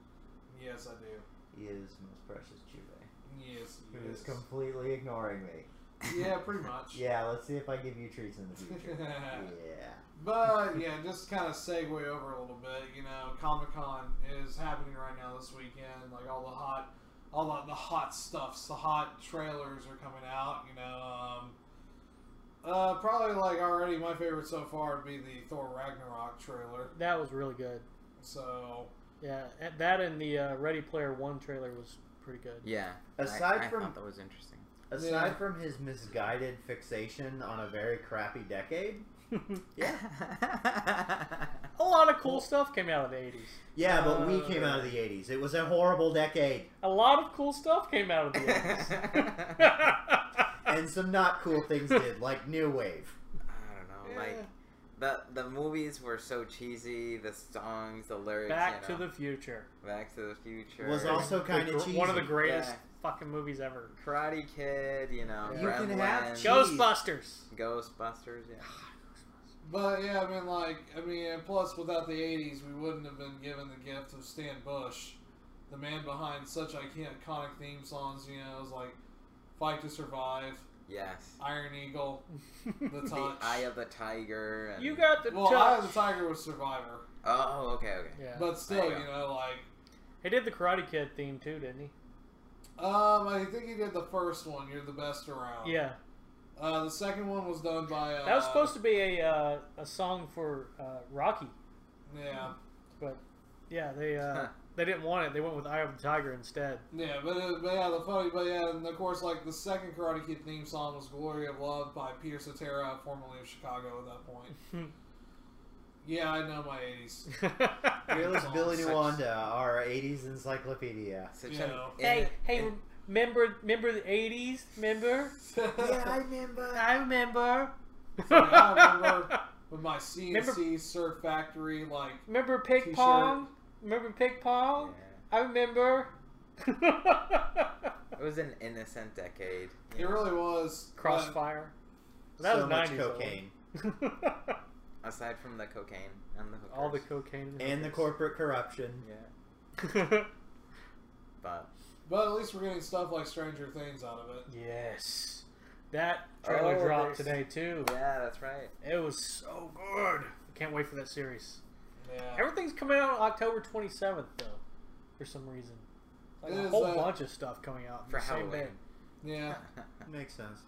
Yes, I do. He is most precious Jubei. Yes, Who is yes. completely ignoring me. yeah, pretty much. Yeah, let's see if I give you treats in the future. yeah. But yeah, just kind of segue over a little bit. You know, Comic Con is happening right now this weekend. Like all the hot, all the, the hot stuffs, the hot trailers are coming out. You know, um, uh, probably like already my favorite so far would be the Thor Ragnarok trailer. That was really good. So Yeah, and that and the uh, Ready Player One trailer was pretty good. Yeah. I- Aside I, from- thought that was interesting. Aside Yeah. from his misguided fixation on a very crappy decade. a lot of cool stuff came out of the 80s. Yeah, but we Uh, came out of the 80s. It was a horrible decade. A lot of cool stuff came out of the 80s. I And some not cool things did, like New Wave. I don't know. Like Yeah. the the movies were so cheesy. The songs, the lyrics. Back you to know, the Future. Back to the Future Was also The kind gr- of cheesy. One of the greatest Yeah. fucking movies ever. Karate Kid. You know. You can have Gremlins, Jeez. cheese. Ghostbusters. Ghostbusters. Yeah. But yeah, I mean, like, I mean, and plus, without the '80s, we wouldn't have been given the gift of Stan Bush, the man behind such iconic theme songs. You know, it was like "Fight to Survive," Yes. "Iron Eagle," "The The Touch." Eye of the Tiger. And... you got the well, "Eye of the touch. Tiger" was Survivor, Oh, okay, okay. Yeah. but still, There you you know, like, He did the Karate Kid theme too, didn't um, I think he did the first one. You're the best around. he? Yeah. Uh, the second one was done by. Uh, That was supposed to be a uh, a song for uh, Rocky, Yeah, but yeah, they uh, they didn't want it. They went with Eye of the Tiger instead. yeah, but, uh, but yeah, the funny, but yeah, and of course, like the second Karate Kid theme song was "Glory of Love" by Peter Cetera, formerly of Chicago. At that point. Hmm. Yeah, I know my 80s. Here was Billy Such- Nuwanda, our 80s encyclopedia. Such You an know. in- hey, hey, in- remember remember the '80s? Remember? remember. uh, I remember. like, I remember. With my CNC Remember- Surf Factory, like, Remember ping T-shirt. pong? Remember ping yeah. pong? I remember. It was an innocent decade. it really was. but- Crossfire. That so was much 90s though. cocaine. Aside from the cocaine and the hookers. All the cocaine And the corporate corruption. Yeah. corpse. But But at least we're getting stuff like Stranger Things out of it. Yes. That trailer Oh, dropped there's- today too. yeah, that's right. It was so good. I can't wait for that series. Yeah. Everything's coming out on October 27th though, for some reason. Like It a is, whole uh, bunch of stuff coming out For the same day. Halloween. Yeah. Makes sense.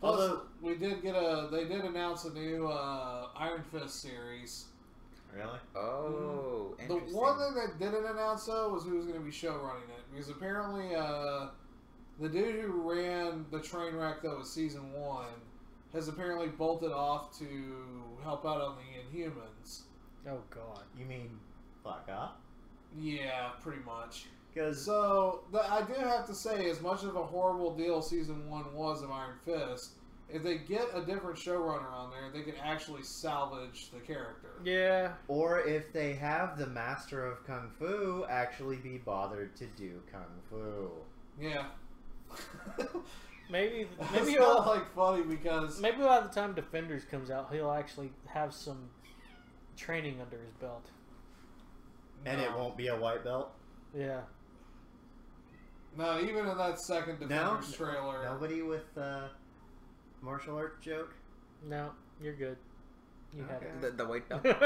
Plus, Although- we did get a. They did announce a new uh, Iron Fist series. Really? oh, The interesting. one thing that didn't announce, though, was who was going to be show running it. Because apparently, uh, the dude who ran the train wreck that was season one has apparently bolted off to help out on the Inhumans. Oh god. You mean fuck up? Yeah, pretty much. Because So, the, I do have to say, as much of a horrible deal season one was of Iron Fist, if they get a different showrunner on there, they could actually salvage the character. Yeah. Or if they have the master of kung fu actually be bothered to do kung fu. Yeah. Maybe it's maybe not he'll, like funny because maybe by the time Defenders comes out, he'll actually have some training under his belt. And it No. won't be a white belt. Yeah. No, even in that second No? Defenders trailer, Nobody with uh, martial art joke. No, you're good. You have Okay. The, the white belt. it.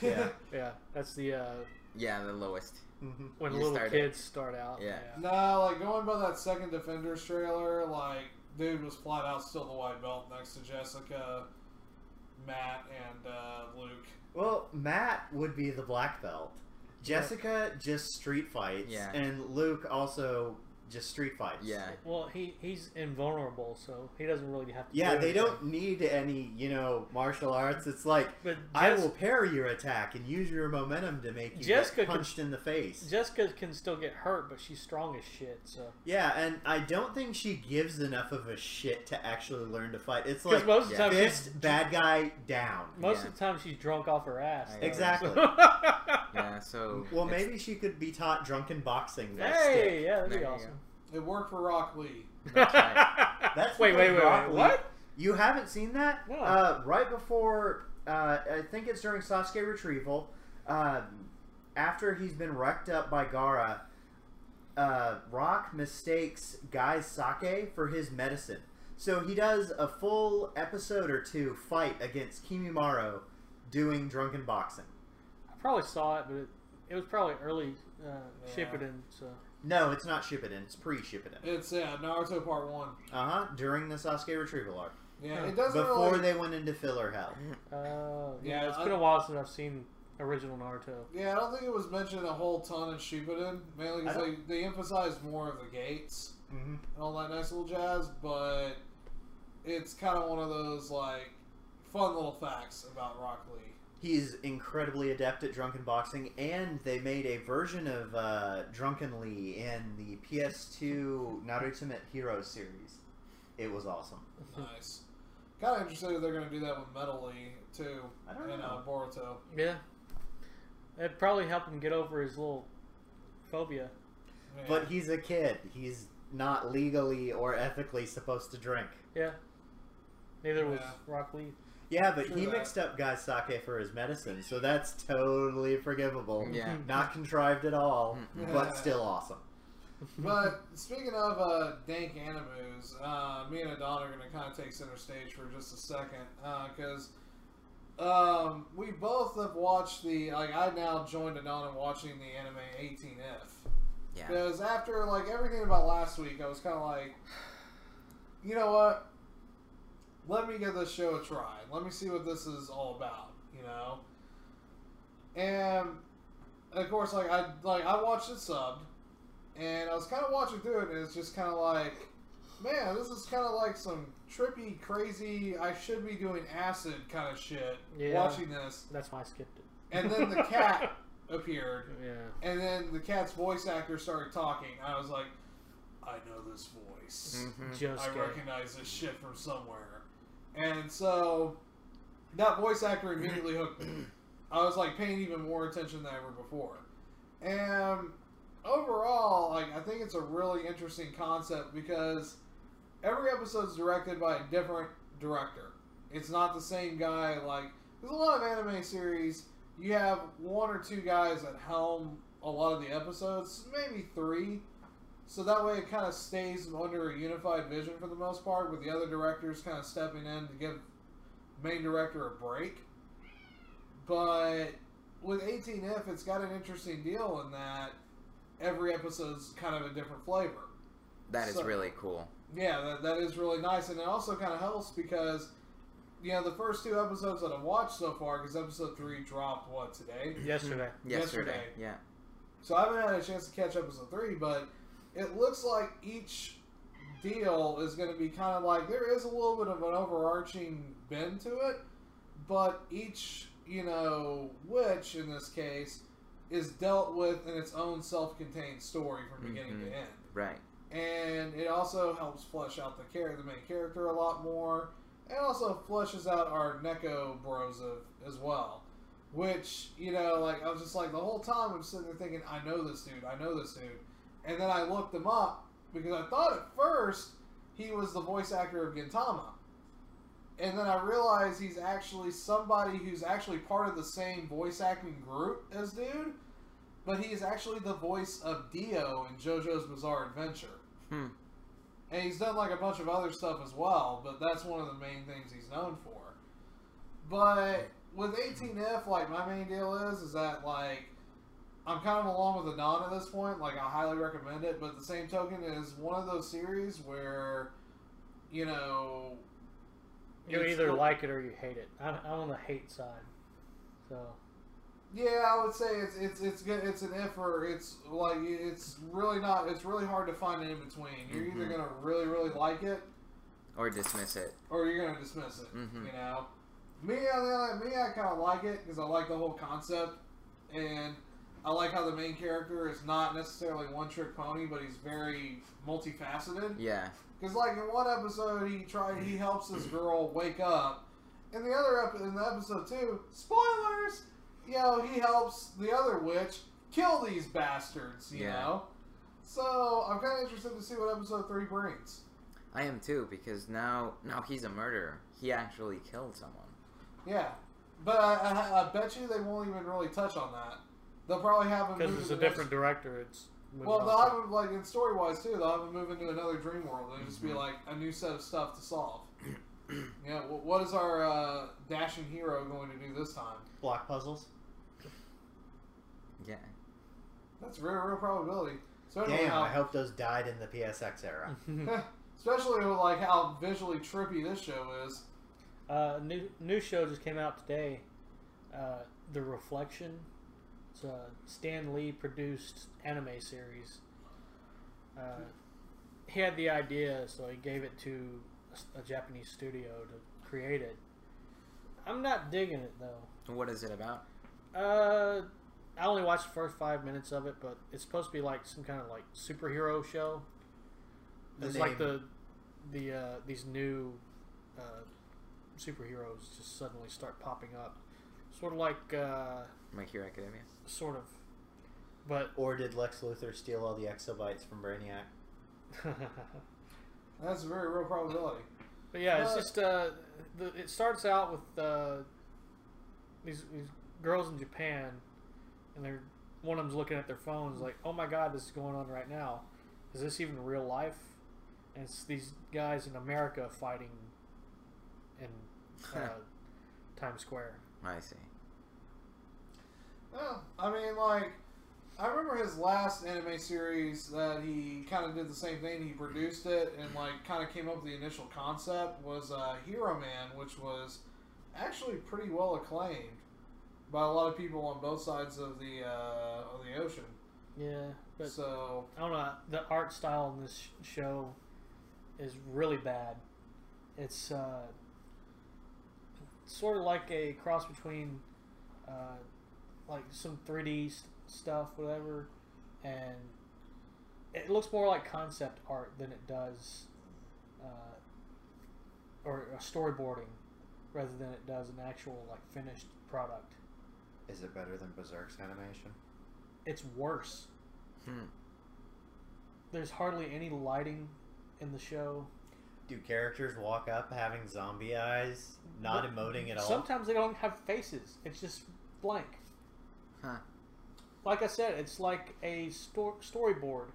Yeah. yeah. That's the uh, yeah, the lowest. hmm when You little start it. kids start out. Yeah. no, like going by that second Defenders trailer, like dude was flat out still the white belt next to Jessica, Matt, and uh, Luke. Well, Matt would be the black belt. Jessica just street fights, Yeah. and Luke also just street fights. Yeah. Well, he he's invulnerable, so he doesn't really have to. Yeah, do they anything. don't need any, you know, martial arts. It's like But I Jes- will parry your attack and use your momentum to make you Jessica get could- punched in the face. Jessica can still get hurt, but she's strong as shit. So yeah, and I don't think she gives enough of a shit to actually learn to fight. It's because like most of the yeah. time, she's, fist bad guy down. most Yeah. of the time she's drunk off her ass. I though. Exactly. Yeah, so Well, it's- maybe she could be taught drunken boxing. by stick. hey, yeah, that'd There be you awesome. It worked for Rock Lee. That's That's wait, wait, because wait, Rock wait. Lee- What? You haven't seen that? No. Uh, right before, uh, I think it's during Sasuke retrieval. Um, after he's been wrecked up by Gara, uh, Rock mistakes Guy's sake for his medicine. So he does a full episode or two fight against Kimimaro doing drunken boxing. I probably saw it, but it, it was probably early uh, Yeah. Shippuden. So No, it's not Shippuden. It's pre Shippuden. It's uh, Naruto Part One. Uh huh. During the Sasuke retrieval arc. Yeah, Huh. it doesn't Before really. they went into filler hell. uh, yeah, Yeah, it's I- been a while since I've seen original Naruto. Yeah, I don't think it was mentioned a whole ton in Shippuden. Mainly I because they, they emphasized more of the gates Mm-hmm. and all that nice little jazz. But it's kind of one of those like fun little facts about Rock Lee. He's incredibly adept at drunken boxing, and they made a version of uh, Drunken Lee in the PS2 Naruto Hero series. It was awesome. Nice. Kind of interested if they're going to do that with Metal Lee too I don't in know. uh, Boruto. Yeah, it probably helped him get over his little phobia. Yeah. But he's a kid. He's not legally or ethically supposed to drink. Yeah. Neither was Yeah. Rock Lee. Yeah, but True he that. mixed up Guy's sake for his medicine, so that's totally forgivable. Yeah. Not contrived at all, Mm. but still awesome. But speaking of uh, dank animes, uh, me and Adon are going to kind of take center stage for just a second because um, we both have watched the. Like I now joined Adon in watching the anime 18F yeah. because after like everything about last week, I was kind of like, you know what? Let me give this show a try. Let me see what this is all about. You know, and of course, like I like I watched it subbed, and I was kind of watching through it, and it's just kind of like, man, this is kind of like some trippy, crazy. I should be doing acid kind of shit. Yeah. Watching this, That's why I skipped it. and then the cat appeared. yeah. And then the cat's voice actor started talking. I was like, I know this voice. Mhm. Just I recognize this shit from somewhere. And so that voice actor immediately hooked me. I was like paying even more attention than I were before. And overall, like I think it's a really interesting concept because every episode is directed by a different director. It's not the same guy. Like there's a lot of anime series, you have one or two guys that helm a lot of the episodes, maybe three. So that way, it kind of stays under a unified vision for the most part, with the other directors kind of stepping in to give main director a break. But with 18F, it's got an interesting deal in that every episode's kind of a different flavor. That is So- really cool. Yeah, that, that is really nice, and it also kind of helps because you know the first two episodes that I've watched so far, because episode three dropped what today, Yesterday. Yesterday. Yesterday. Yeah. so I haven't had a chance to catch episode three, but it looks like each deal is going to be kind of like there is a little bit of an overarching bend to it, but each you know witch in this case is dealt with in its own self-contained story from beginning Mhm. to end Right. and it also helps flesh out the character, the main character, a lot more, and also fleshes out our Neko bros of, as well. Which you know, like I was just like the whole time I'm sitting there thinking, I know this dude, I know this dude, and then I looked him up because I thought at first he was the voice actor of Gintama, and then I realized he's actually somebody who's actually part of the same voice acting group as dude. But he is actually the voice of Dio in JoJo's Bizarre Adventure. Hmm. And he's done like a bunch of other stuff as well, but that's one of the main things he's known for. But with 18F, like my main deal is, is that like I'm kind of along with the Don at this point. Like I highly recommend it, but at the same token, it is one of those series where you know You Mm. it's- either like it or you hate it. I'm, I'm on the hate side. So Yeah, I would say it's it's it's good. It's an if or it's like it's really not. It's really hard to find an in between. You're either Mhm. gonna really really like it or dismiss it. or you're gonna dismiss it. Mhm. You know, me on the other me I kind of like it because I like the whole concept, and I like how the main character is not necessarily one trick pony, but he's very multifaceted. Yeah. Because like in one episode, he try he helps this girl wake up. In the other ep- in the episode two, spoilers. You know he helps the other witch kill these bastards. You Yeah. know. So I'm kind of interested to see what episode three brings. I am too because now now he's a murderer. He actually killed someone. Yeah, but I, I, I bet you they won't even really touch on that. They'll probably have him because move it's to a the different director. It's Next, moving Mm. uh, on well, they'll to- have him like in story wise too. They'll have him move into another dream world and it'll just Mm-hmm. be like a new set of stuff to solve. yeah, wh- what is our uh, dashing hero going to do this time? Block puzzles. Yeah. That's a real, real probability. Especially Damn, how, I hope those died in the PSX era. especially with like how visually trippy this show is. uh, new new show just came out today. Uh, the Reflection. It's a Stan Lee produced anime series. Uh, he had the idea, so he gave it to a s- a, Japanese studio to create it. I'm not digging it though. What is it about? Uh, I only watched the first five minutes of it, but it's supposed to be like some kind of like superhero show. The It's like name- the the uh, these new uh, superheroes just suddenly start popping up, sort of like uh, My Hero Academia. sort of, but Or did Lex Luthor steal all the exobytes from Brainiac? That's a very real probability. but yeah, it's But- just uh, the, it starts out with uh, these these girls in Japan, and they're one of them's looking at their phones like, oh my god, this is going on right now. Is this even real life? And it's these guys in America fighting in uh, Times Square. I see. Yeah, I mean, like, I remember his last anime series that he kind of did the same thing. He produced it and, like, kind of came up with the initial concept was uh, Hero Man, which was actually pretty well acclaimed by a lot of people on both sides of the uh, of the ocean. Yeah, but so, I don't know. The art style in this sh- show is really bad. It's uh, sort of like a cross between uh, like some 3D s stuff, whatever, and it looks more like concept art than it does, uh, or, or storyboarding, rather than it does an actual like finished product. Is it better than Berserk's animation? It's worse. Hmm. There's hardly any lighting in the show. Do characters walk up having zombie eyes, not But emoting at all? Sometimes they don't have faces. It's just blank. Huh. Like I said, it's like a sto- storyboard.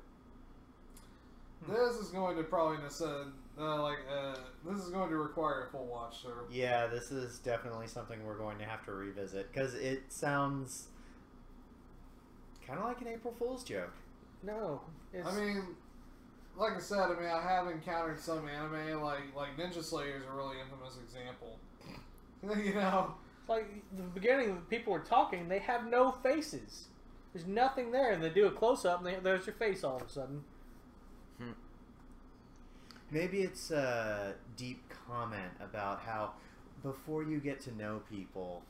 this is going to probably, uh, uh, like, uh, this is going to require a full watch through. Yeah, this is definitely something we're going to have to revisit because it sounds kind of like an April Fool's joke. No, it's, I mean, like I said, I mean, I have encountered some anime like like Ninja Slayer is a really infamous example. you know, it's like the beginning. when People are talking. They have no faces. There's nothing there, and they do a close up, and they, there's your face all of a sudden. Maybe it's a deep comment about how before you get to know people,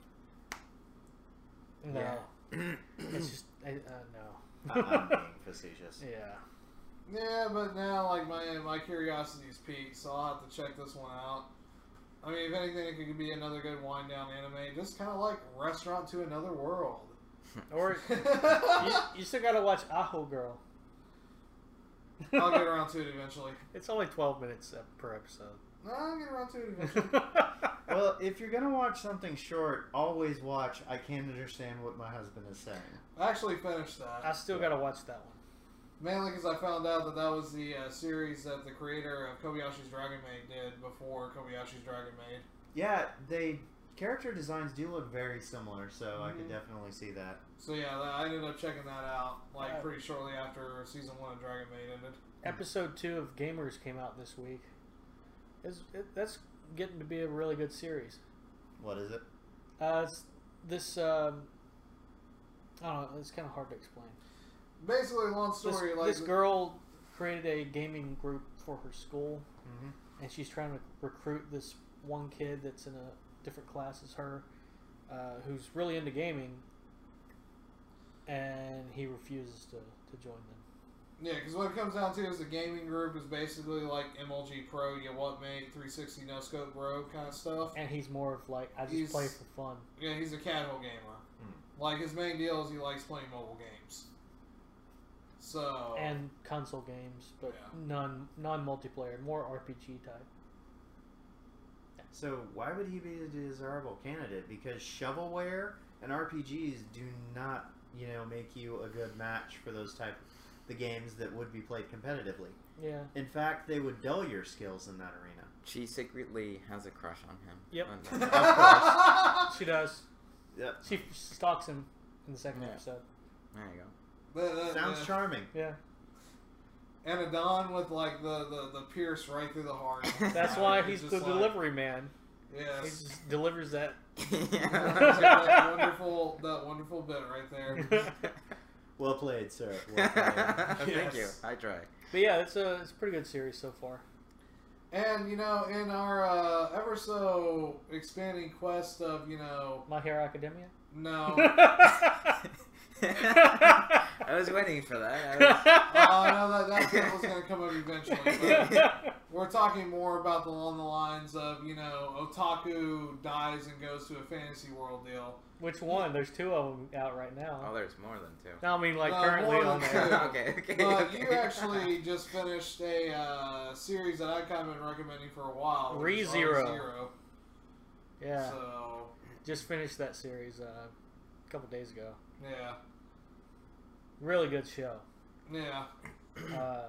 No, Yeah. it's just I, I- uh, no. I'm being facetious. yeah, yeah. But now, like my my curiosity's peaked, so I'll have to check this one out. I mean, if anything, it could be another good wind down anime, just kind of like Restaurant to Another World. or you, I'll you still gotta watch Aho Girl. get around to it eventually. It's only twelve minutes uh, per episode. No, I'll get around to it eventually. well, Well, if you're gonna watch something short, always watch. I can't understand what my husband is saying. I actually finished that. I still gotta watch that one. Mainly because I found out that that was the uh, series that the creator of Kobayashi's Dragon Maid did before Kobayashi's Dragon Maid. Yeah, they character designs do look very similar, so I Mhm. could definitely see that. So yeah, that, I ended up checking that out like Uh, pretty shortly after season one of Dragon Maid ended. episode two of Gamers came out this week. It's, it, that's getting to be a really good series. What is it? Uh, it's this um, I don't know. It's kind of hard to explain. Basically, long This, story. like this girl created a gaming group for her school, Mm-hmm. and she's trying to recruit this one kid that's in a different class as her, uh, who's really into gaming, and he refuses to, to join them. Yeah, because what it comes down to is the gaming group is basically like MLG Pro, you what mate, 360 no scope bro kind of stuff. And he's more of like, I just He's- play for fun. Yeah, he's a casual gamer. Like his main deal is he likes playing mobile games. So and console games, but Yeah. none non multiplayer, more RPG type. So why would he be a desirable candidate? Because shovelware and RPGs do not, you know, make you a good match for those type the games that would be played competitively. Yeah, In fact, they would dull your skills in that arena. She secretly has a crush on him. Yep. One day. course. she does. Yep. She stalks him in the second Yeah. episode. There you go. The- the- Sounds the- charming. Yeah, And a Don with like the, the, the pierce right through the heart. that's Uh, why he's just the like- delivery man. He Yes. just delivers that. It's like that wonderful that wonderful bit right there. Well played, sir. Well played. Thank you. Yes. I tried. But yeah, it's a it's a pretty good series so far. And you know, in our uh, ever so expanding quest of you know, My Hero Academia. no, Uh, Oh. I was waiting for that. I was- oh no, that that bit was gonna come up eventually. but- We're talking more about the, along the lines of, you know, otaku dies and goes to a fantasy world deal. Which one? There's two of them out right Oh, now. there's more than two. No, I mean like Uh, currently more on than there. two. okay, okay. But okay. you actually just finished a uh, series that I've kind of been recommending for a while. which is ReZero. ReZero. Yeah, So, just finished that series uh, a couple days ago. yeah. Really good show. Yeah. uh,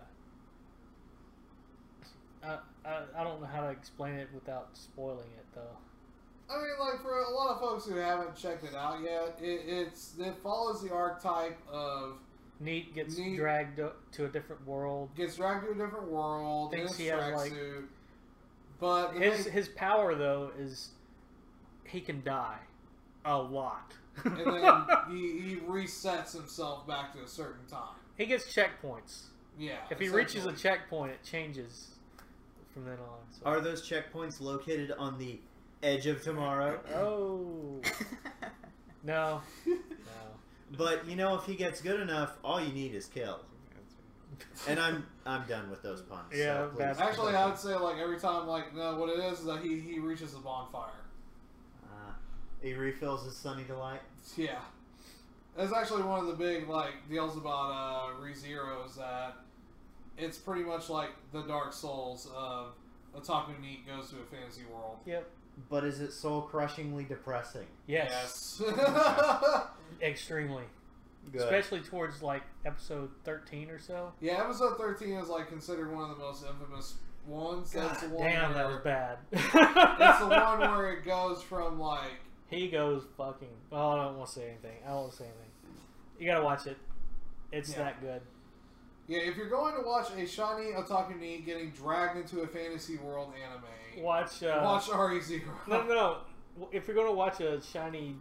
I, I, I don't know how to explain it without spoiling it though. I mean, like, for a lot of folks who haven't checked it out yet, it, it's, it follows the archetype of Neat gets Neat- dragged o- to a different world. gets dragged to a different world, Thinks in he a has, like- tracksuit. But the His main- his power though is he can die a lot. and then he, he resets himself back to a certain time. he gets checkpoints. Yeah. If he reaches a essentially. checkpoint, it changes from then on. So. Are those checkpoints located on the edge of tomorrow? oh no no But you know, if he gets good enough, all you need is kill. And I'm I'm done with those puns. Yeah, so that's- please. Actually, I would say like every time, like no, what it is is that he he reaches the bonfire. Uh, he refills his sunny delight. Yeah, that's actually one of the big like deals about uh, ReZero is that it's pretty much like the Dark Souls of Otaku Neat goes to a fantasy world. yep But is it soul crushingly depressing? yes, Yes. extremely Good. especially towards like episode thirteen or so. yeah, episode thirteen is like considered one of the most infamous ones. that's the one Damn, where, that was bad. It's the one where it goes from like he goes fucking. Oh, I don't want to say anything. I won't say anything. You gotta watch it. It's Yeah. that good. Yeah, if you're going to watch a shiny otaku ni getting dragged into a fantasy world anime, Watch. Uh, watch E RE0. No, no, no. If you're gonna watch a shiny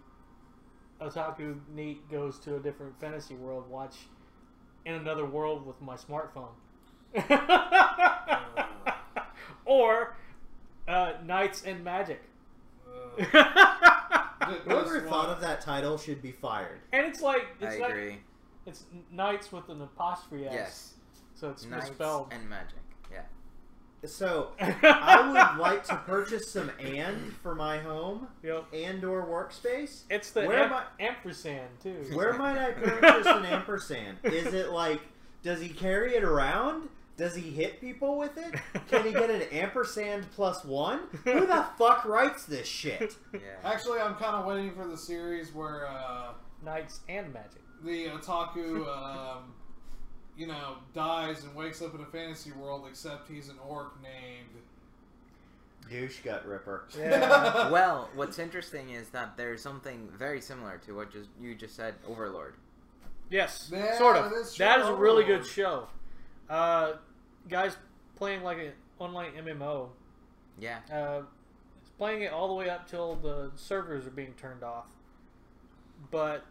otaku neat goes to a different fantasy world, watch in another world with my smartphone. or uh, Knights and Magic. Uh, and th- Whoever this one- thought of that title should be fired. it's like I it's like agree. It's knights with an apostrophe s, Yes. so it's Knights misspelled. and magic. Yeah. So I would like to purchase some and for my home Yep. and or workspace. It's the Where am- am ampersand too. Where might I purchase an ampersand? Is it like does he carry it around? Does he hit people with it? Can he get an ampersand plus one? Who the fuck writes this shit? Yeah. Actually, I'm kind of waiting for the series where uh, Knights and magic. the otaku, um, you know, dies and wakes up in a fantasy world, except he's an orc named. Douche gut ripper. Yeah. Well, what's interesting is that there's something very similar to what just you just said, Overlord. Yes, Yeah, sort of. this That show- is a really good show. Uh, guys playing like an online MMO, Yeah. uh, playing it all the way up till the servers are being turned off. But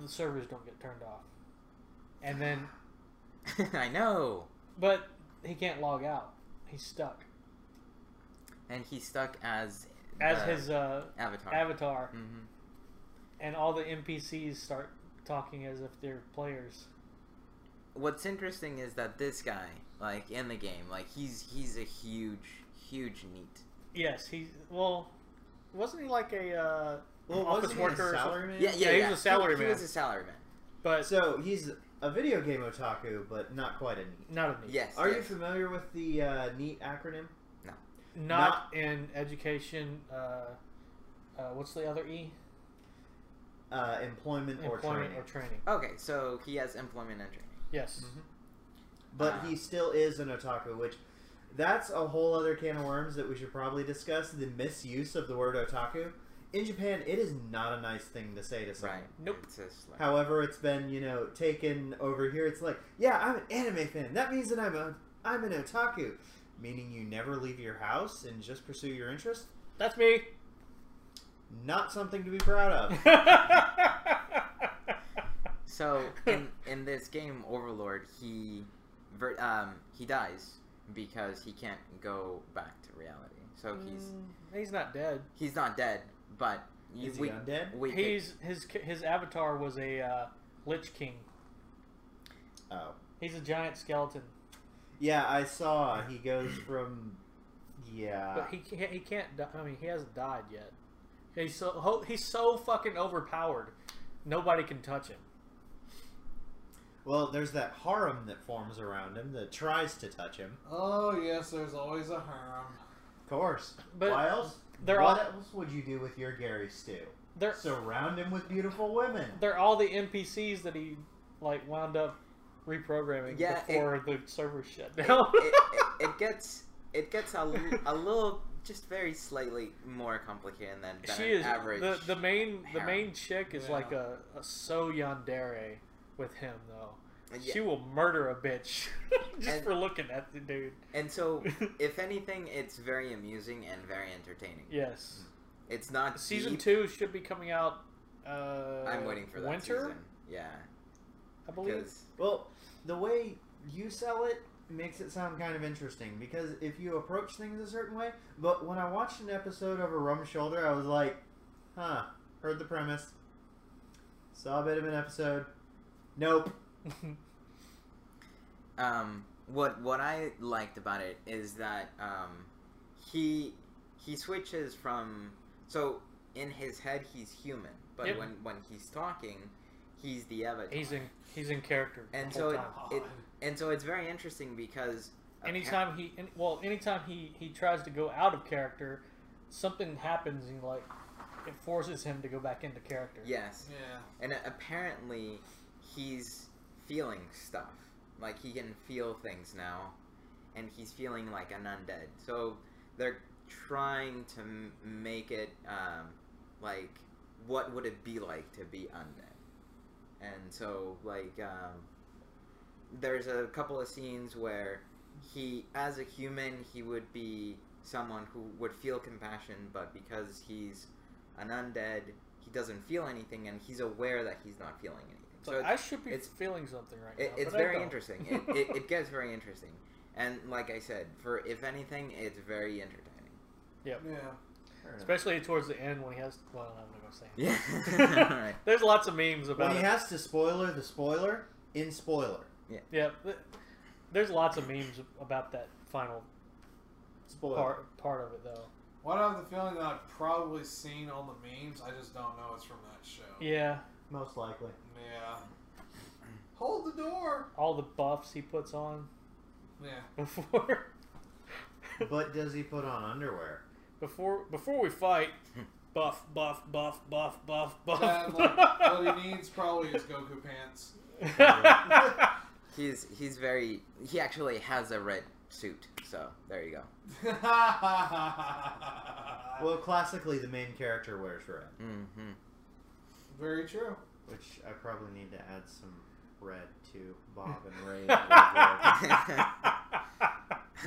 the servers don't get turned off, and then I know. but he can't log out. He's stuck And he's stuck as as the his uh, avatar. avatar, hmm and all the NPCs start talking as if they're players. What's interesting is that this guy, like in the game, like he's he's a huge huge neat. Yes, he well, wasn't he like a uh, Well, office wasn't he a worker? Or something? salaryman? Yeah, yeah, Yeah, he was a He, salaryman. was a salaryman. But So he's a video game otaku, but not quite a neat. not a need. Yes. Are you yes. familiar with the uh, neat acronym? Not, in education. Uh, uh, what's the other E? Uh, employment, Employment or training. Okay, so he has employment and training. Yes. but Ah. he still is an otaku, which that's a whole other can of worms that we should probably discuss. The misuse of the word otaku in Japan, it is not a nice thing to say to someone. Right. Nope. It's just like, However, it's been you know taken over here. It's like, yeah, I'm an anime fan. That means that I'm a I'm an otaku, meaning you never leave your house and just pursue your interest. That's me. Not something to be proud of. so in in this game, Overlord, he ver- um he dies because he can't go back to reality. So he's Mm, he's not dead. he's not dead, but you, Is he we undead? we could- He's his his avatar was a uh, Lich King. Oh. He's a giant skeleton, Yeah, I saw. He goes from. Yeah. but he Ah. can't, he can't. Di- I mean, he hasn't died yet. He's so ho- he's so fucking overpowered. Nobody can touch him. Well, there's that harem that forms around him that tries to touch him. Oh yes, there's always a harm. Of course. But Why else? they're what all else would you do with your Gary Stew? they're Surround him with beautiful women. they're all the NPCs that he like wound up reprogramming Yeah, it- before the server shut down. it, it, it gets it gets a, l- a little just very slightly more complicated than, than she an is average. the the main the harem. main chick is Yeah. like a, a so yandere with him though. Yeah. She will murder a bitch just And- for looking at the dude. and so if anything it's very amusing and very entertaining. yes, It's not season deep. two should be coming out. Uh, I'm waiting for that winter, season. Yeah. I believe. Because Well, the way you sell it makes it sound kind of interesting because if you approach things a certain way, but when I watched an episode of A Rum Shoulder, I was like, huh, heard the premise, saw a bit of an episode. Nope. um what what I liked about it is that um he he switches from so in his head he's human, but Yep. when when he's talking, he's the avatar. he's in he's in character. the And whole so it- time. God. it- And so it's very interesting because appa- anytime he any, well anytime he he tries to go out of character, something happens and like it forces him to go back into character. Yes, yeah. and apparently he's feeling stuff. Like he can feel things now, and he's feeling like an undead. So they're trying to m- make it um, like what would it be like to be undead? And so like um, there's a couple of scenes where he, as a human, he would be someone who would feel compassion, but because he's an undead, he doesn't feel anything, and he's aware that he's not feeling anything. So So it's, I should be it's- feeling something right it, now. it's but I very don't. interesting. It, it, it gets very interesting, and like I said, for if anything, it's very entertaining. Yeah. Fair enough. Especially towards the end when he has. Well, I'm not gonna say. it. Yeah. All right. There's lots of memes about When he it. has to spoiler the spoiler in spoiler. yeah, th- there's lots of memes about that final Spoiler. part part of it though. Well, I have the feeling that I've probably seen all the memes. I just don't know it's from that show. Yeah, Most likely. Yeah. Hold the door. all the buffs he puts on Yeah. before But does he put on underwear? before before we fight. Buff, buff, buff, buff, buff, buff. And, like, what he needs probably is Goku pants. He's he's very. He actually has a red suit, so there you go. Well, classically, the main character wears red, hmm Very true. which I probably need to add some red to Bob and Ray.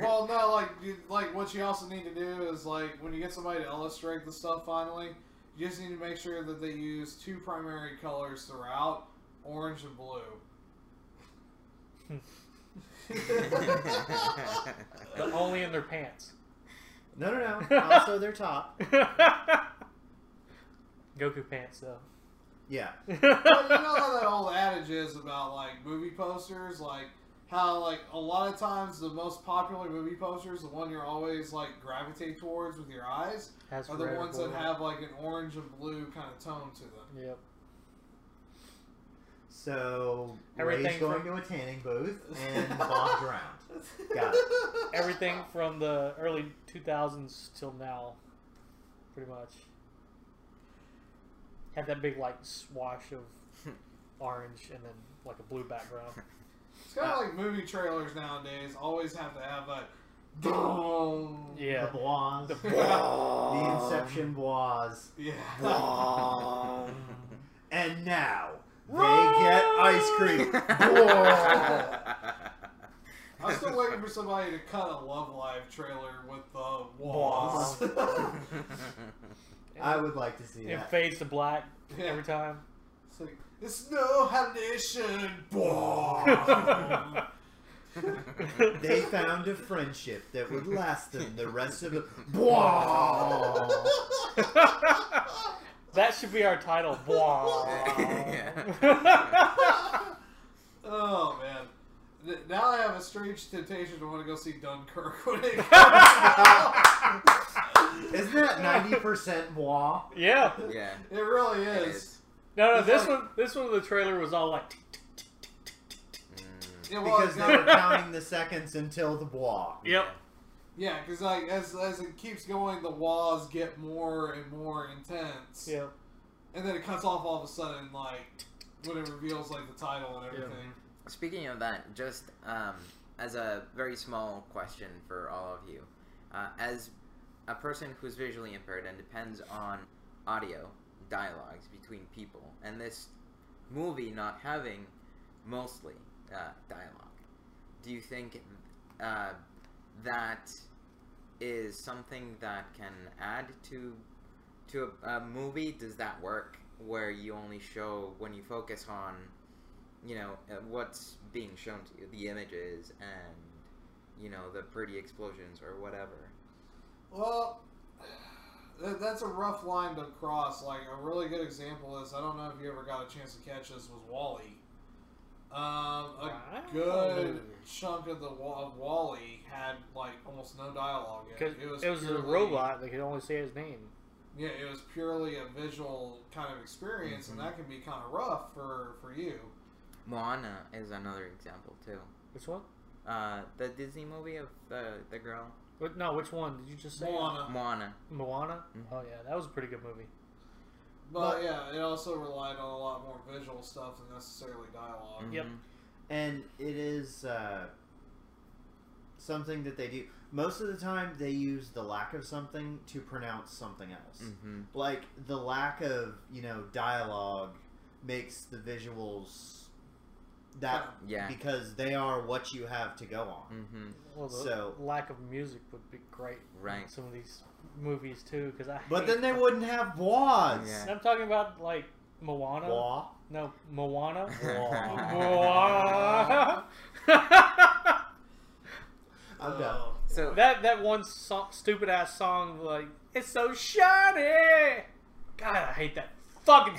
Overlord. Well, no, like, you, like what you also need to do is like when you get somebody to illustrate the stuff finally, You just need to make sure that they use two primary colors throughout orange and blue. But only in their pants. No, no, no. also, their top. Goku pants, though. Yeah. Well, you know how that old adage is about like movie posters, like how like a lot of times the most popular movie posters, the one you're always like gravitate towards with your eyes, Has are the red or ones that blue. have like an orange and blue kind of tone to them. Yep. So Ray's Everything going from- to a tanning booth, and Bob drowned. Got Everything from the early 2000s till now, pretty much. Have that big, like, swash of orange and then, like, a blue background. It's kind of like movie trailers nowadays. Always have to have like, boom. Yeah. The Bois. The the Inception Bois. Yeah. And now they get ice cream. Whoa. I'm still waiting for somebody to cut a Love Live trailer with the walls. Walls. I would like to see It that. fades to black Yeah. every time. It's like, it's no hallucination. Boom. They found a friendship that would last them the rest of the. Whoa. that should be our title. Yeah. oh man. Th- Now I have a strange temptation to want to go see Dunkirk when it comes out. Isn't that ninety percent Bois? yeah. yeah. It really It is. is. No, no. It's This like- one, this one, of the trailer was all like. Mm. Yeah, well, Because it's they not- were counting the seconds until the Bois. Yep. yeah, because like as as it keeps going, the walls get more and more intense. Yep. And then it cuts off all of a sudden, like when it reveals like the title and everything. Speaking of that, just um, as a very small question for all of you, uh, as a person who's visually impaired and depends on audio dialogues between people, and this movie not having mostly uh, dialogue, do you think uh, that is something that can add to to a, a movie? Does that work where you only show when you focus on you know uh, what's being shown to you the images and you know the pretty explosions or whatever Well, that, that's a rough line to cross. Like a really good example is I don't know if you ever got a chance to catch this was Wally. Um, a Wow. good chunk of the wa- of Wally had like almost no dialogue. In Because it. it was, a purely- robot that could only say his name. Yeah, it was purely a visual kind of experience, Mhm. and that can be kind of rough for for you. moana is another example too Which one? uh, the disney movie of the, the girl What, no, which one did you just say? Moana, moana Moana? Mhm. Oh yeah, that was a pretty good movie. but, yeah, it also relied on a lot more visual stuff than necessarily dialog uh, Yep. Mhm. and it is uh, something that they do most of the time they use the lack of something to pronounce something else Mhm. like the lack of you know dialogue makes the visuals that yeah because they are what you have to go on mm-hmm. Well, the So- lack of music would be great. In right some of these movies too, because I. but hate then they the- wouldn't have bois Yeah. I'm talking about like Moana. Bois? No, Moana. Mm-hmm. Moana. Moana. i'm done Um, so That that one so- stupid ass song, like it's so shiny. God, I hate that fucking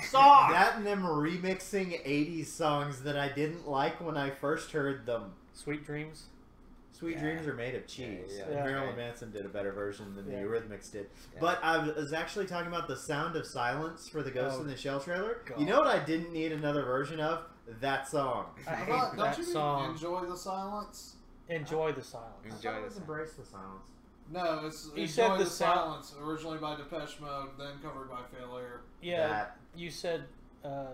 song. that and them remixing 80s songs that i didn't like when i first heard them Sweet dreams. Sweet Yeah. Dreams are made of cheese. yeah, and yeah. Marilyn Okay. Manson did a better version than Yeah. the Eurythmics did. Yeah. But I was actually talking about the sound of silence for the Ghost Oh, in the Shell trailer. God. You know what I didn't need another version of? That song. I hate But that don't you song. enjoy the silence? Enjoy the silence. Mm. Enjoy I thought it the was sound. Embrace the Silence. No, it's You enjoy said the, the Sil- silence. Originally by Depeche Mode, then covered by Failure. Yeah, That- you said uh,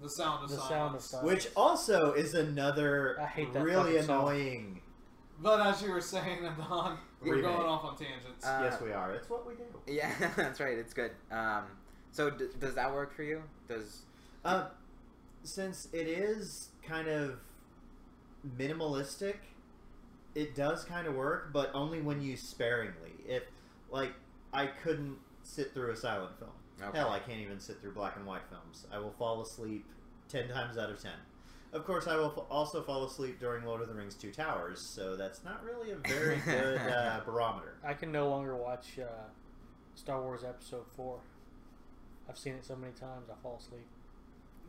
The sound of The silence. Sound of Silence. which also is another I hate that really fucking song. annoying. But as you were saying, Adon, we're Remake. going off on tangents. Uh, yes, we are. It's what we do. yeah that's right it's good um, so d- does that work for you does Uh, since it is kind of minimalistic, it does kind of work, but only when used sparingly. If like I couldn't sit through a silent film. Okay. Hell, I can't even sit through black and white films. I will fall asleep 10 times out of 10. Of course, I will f- also fall asleep during Lord of the Rings Two Towers, so that's not really a very good uh, barometer. I can no longer watch uh, Star Wars Episode Four. I've seen it so many times, I fall asleep.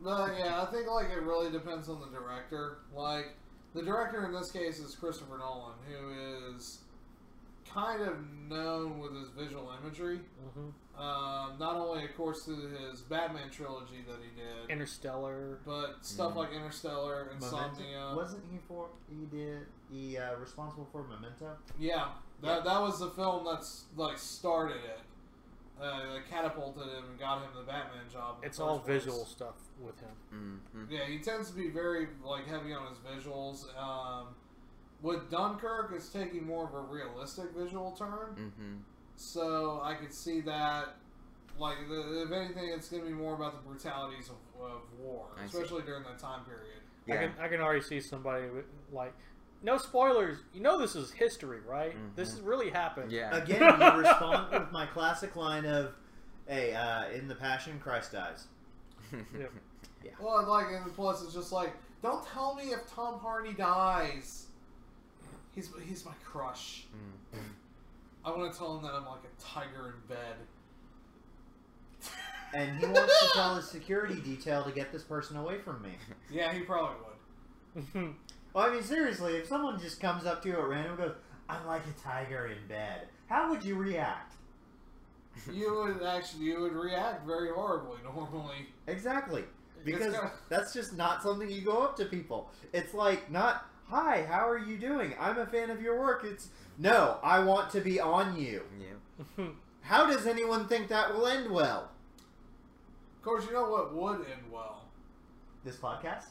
No, yeah, I think like it really depends on the director. Like the director in this case is Christopher Nolan, who is kind of known with his visual imagery. hmm Um, not only, of course, through his Batman trilogy that he did, Interstellar. but stuff Mm. like Interstellar, Memento- Insomnia. Wasn't he for he did he uh, responsible for Memento? Yeah, that that was the film that's like started it. Uh, that catapulted him and got him the Batman job. in the It's all first place. visual stuff with him. Mhm. Yeah, he tends to be very like heavy on his visuals. Um, with Dunkirk, it's taking more of a realistic visual turn, Mhm. so I could see that. Like, the, if anything, it's going to be more about the brutalities of, of war, I see. especially during that time period. I Yeah. can I can already see somebody with, like, no spoilers. You know this is history, right? This Mhm. has really happened. Yeah. Again, you respond with my classic line of, "Hey, uh, in the Passion, Christ dies." Mm-hmm. Yep. Well, and like, and plus, it's just like, don't tell me if Tom Hardy dies. He's he's my crush. Mhm. I want to tell him that I'm like a tiger in bed. And he wants to tell his security detail to get this person away from me. Yeah, he probably would. Well, I mean, seriously, if someone just comes up to you at random and goes, "I'm like a tiger in bed," how would you react? you would actually you would react very horribly normally. Exactly, because It's kinda- that's just not something you go up to people. It's like not, "Hi, how are you doing? I'm a fan of your work." It's no, I want to be on you. Yep. How does anyone think that will end well? of course, you know what would end well. This podcast?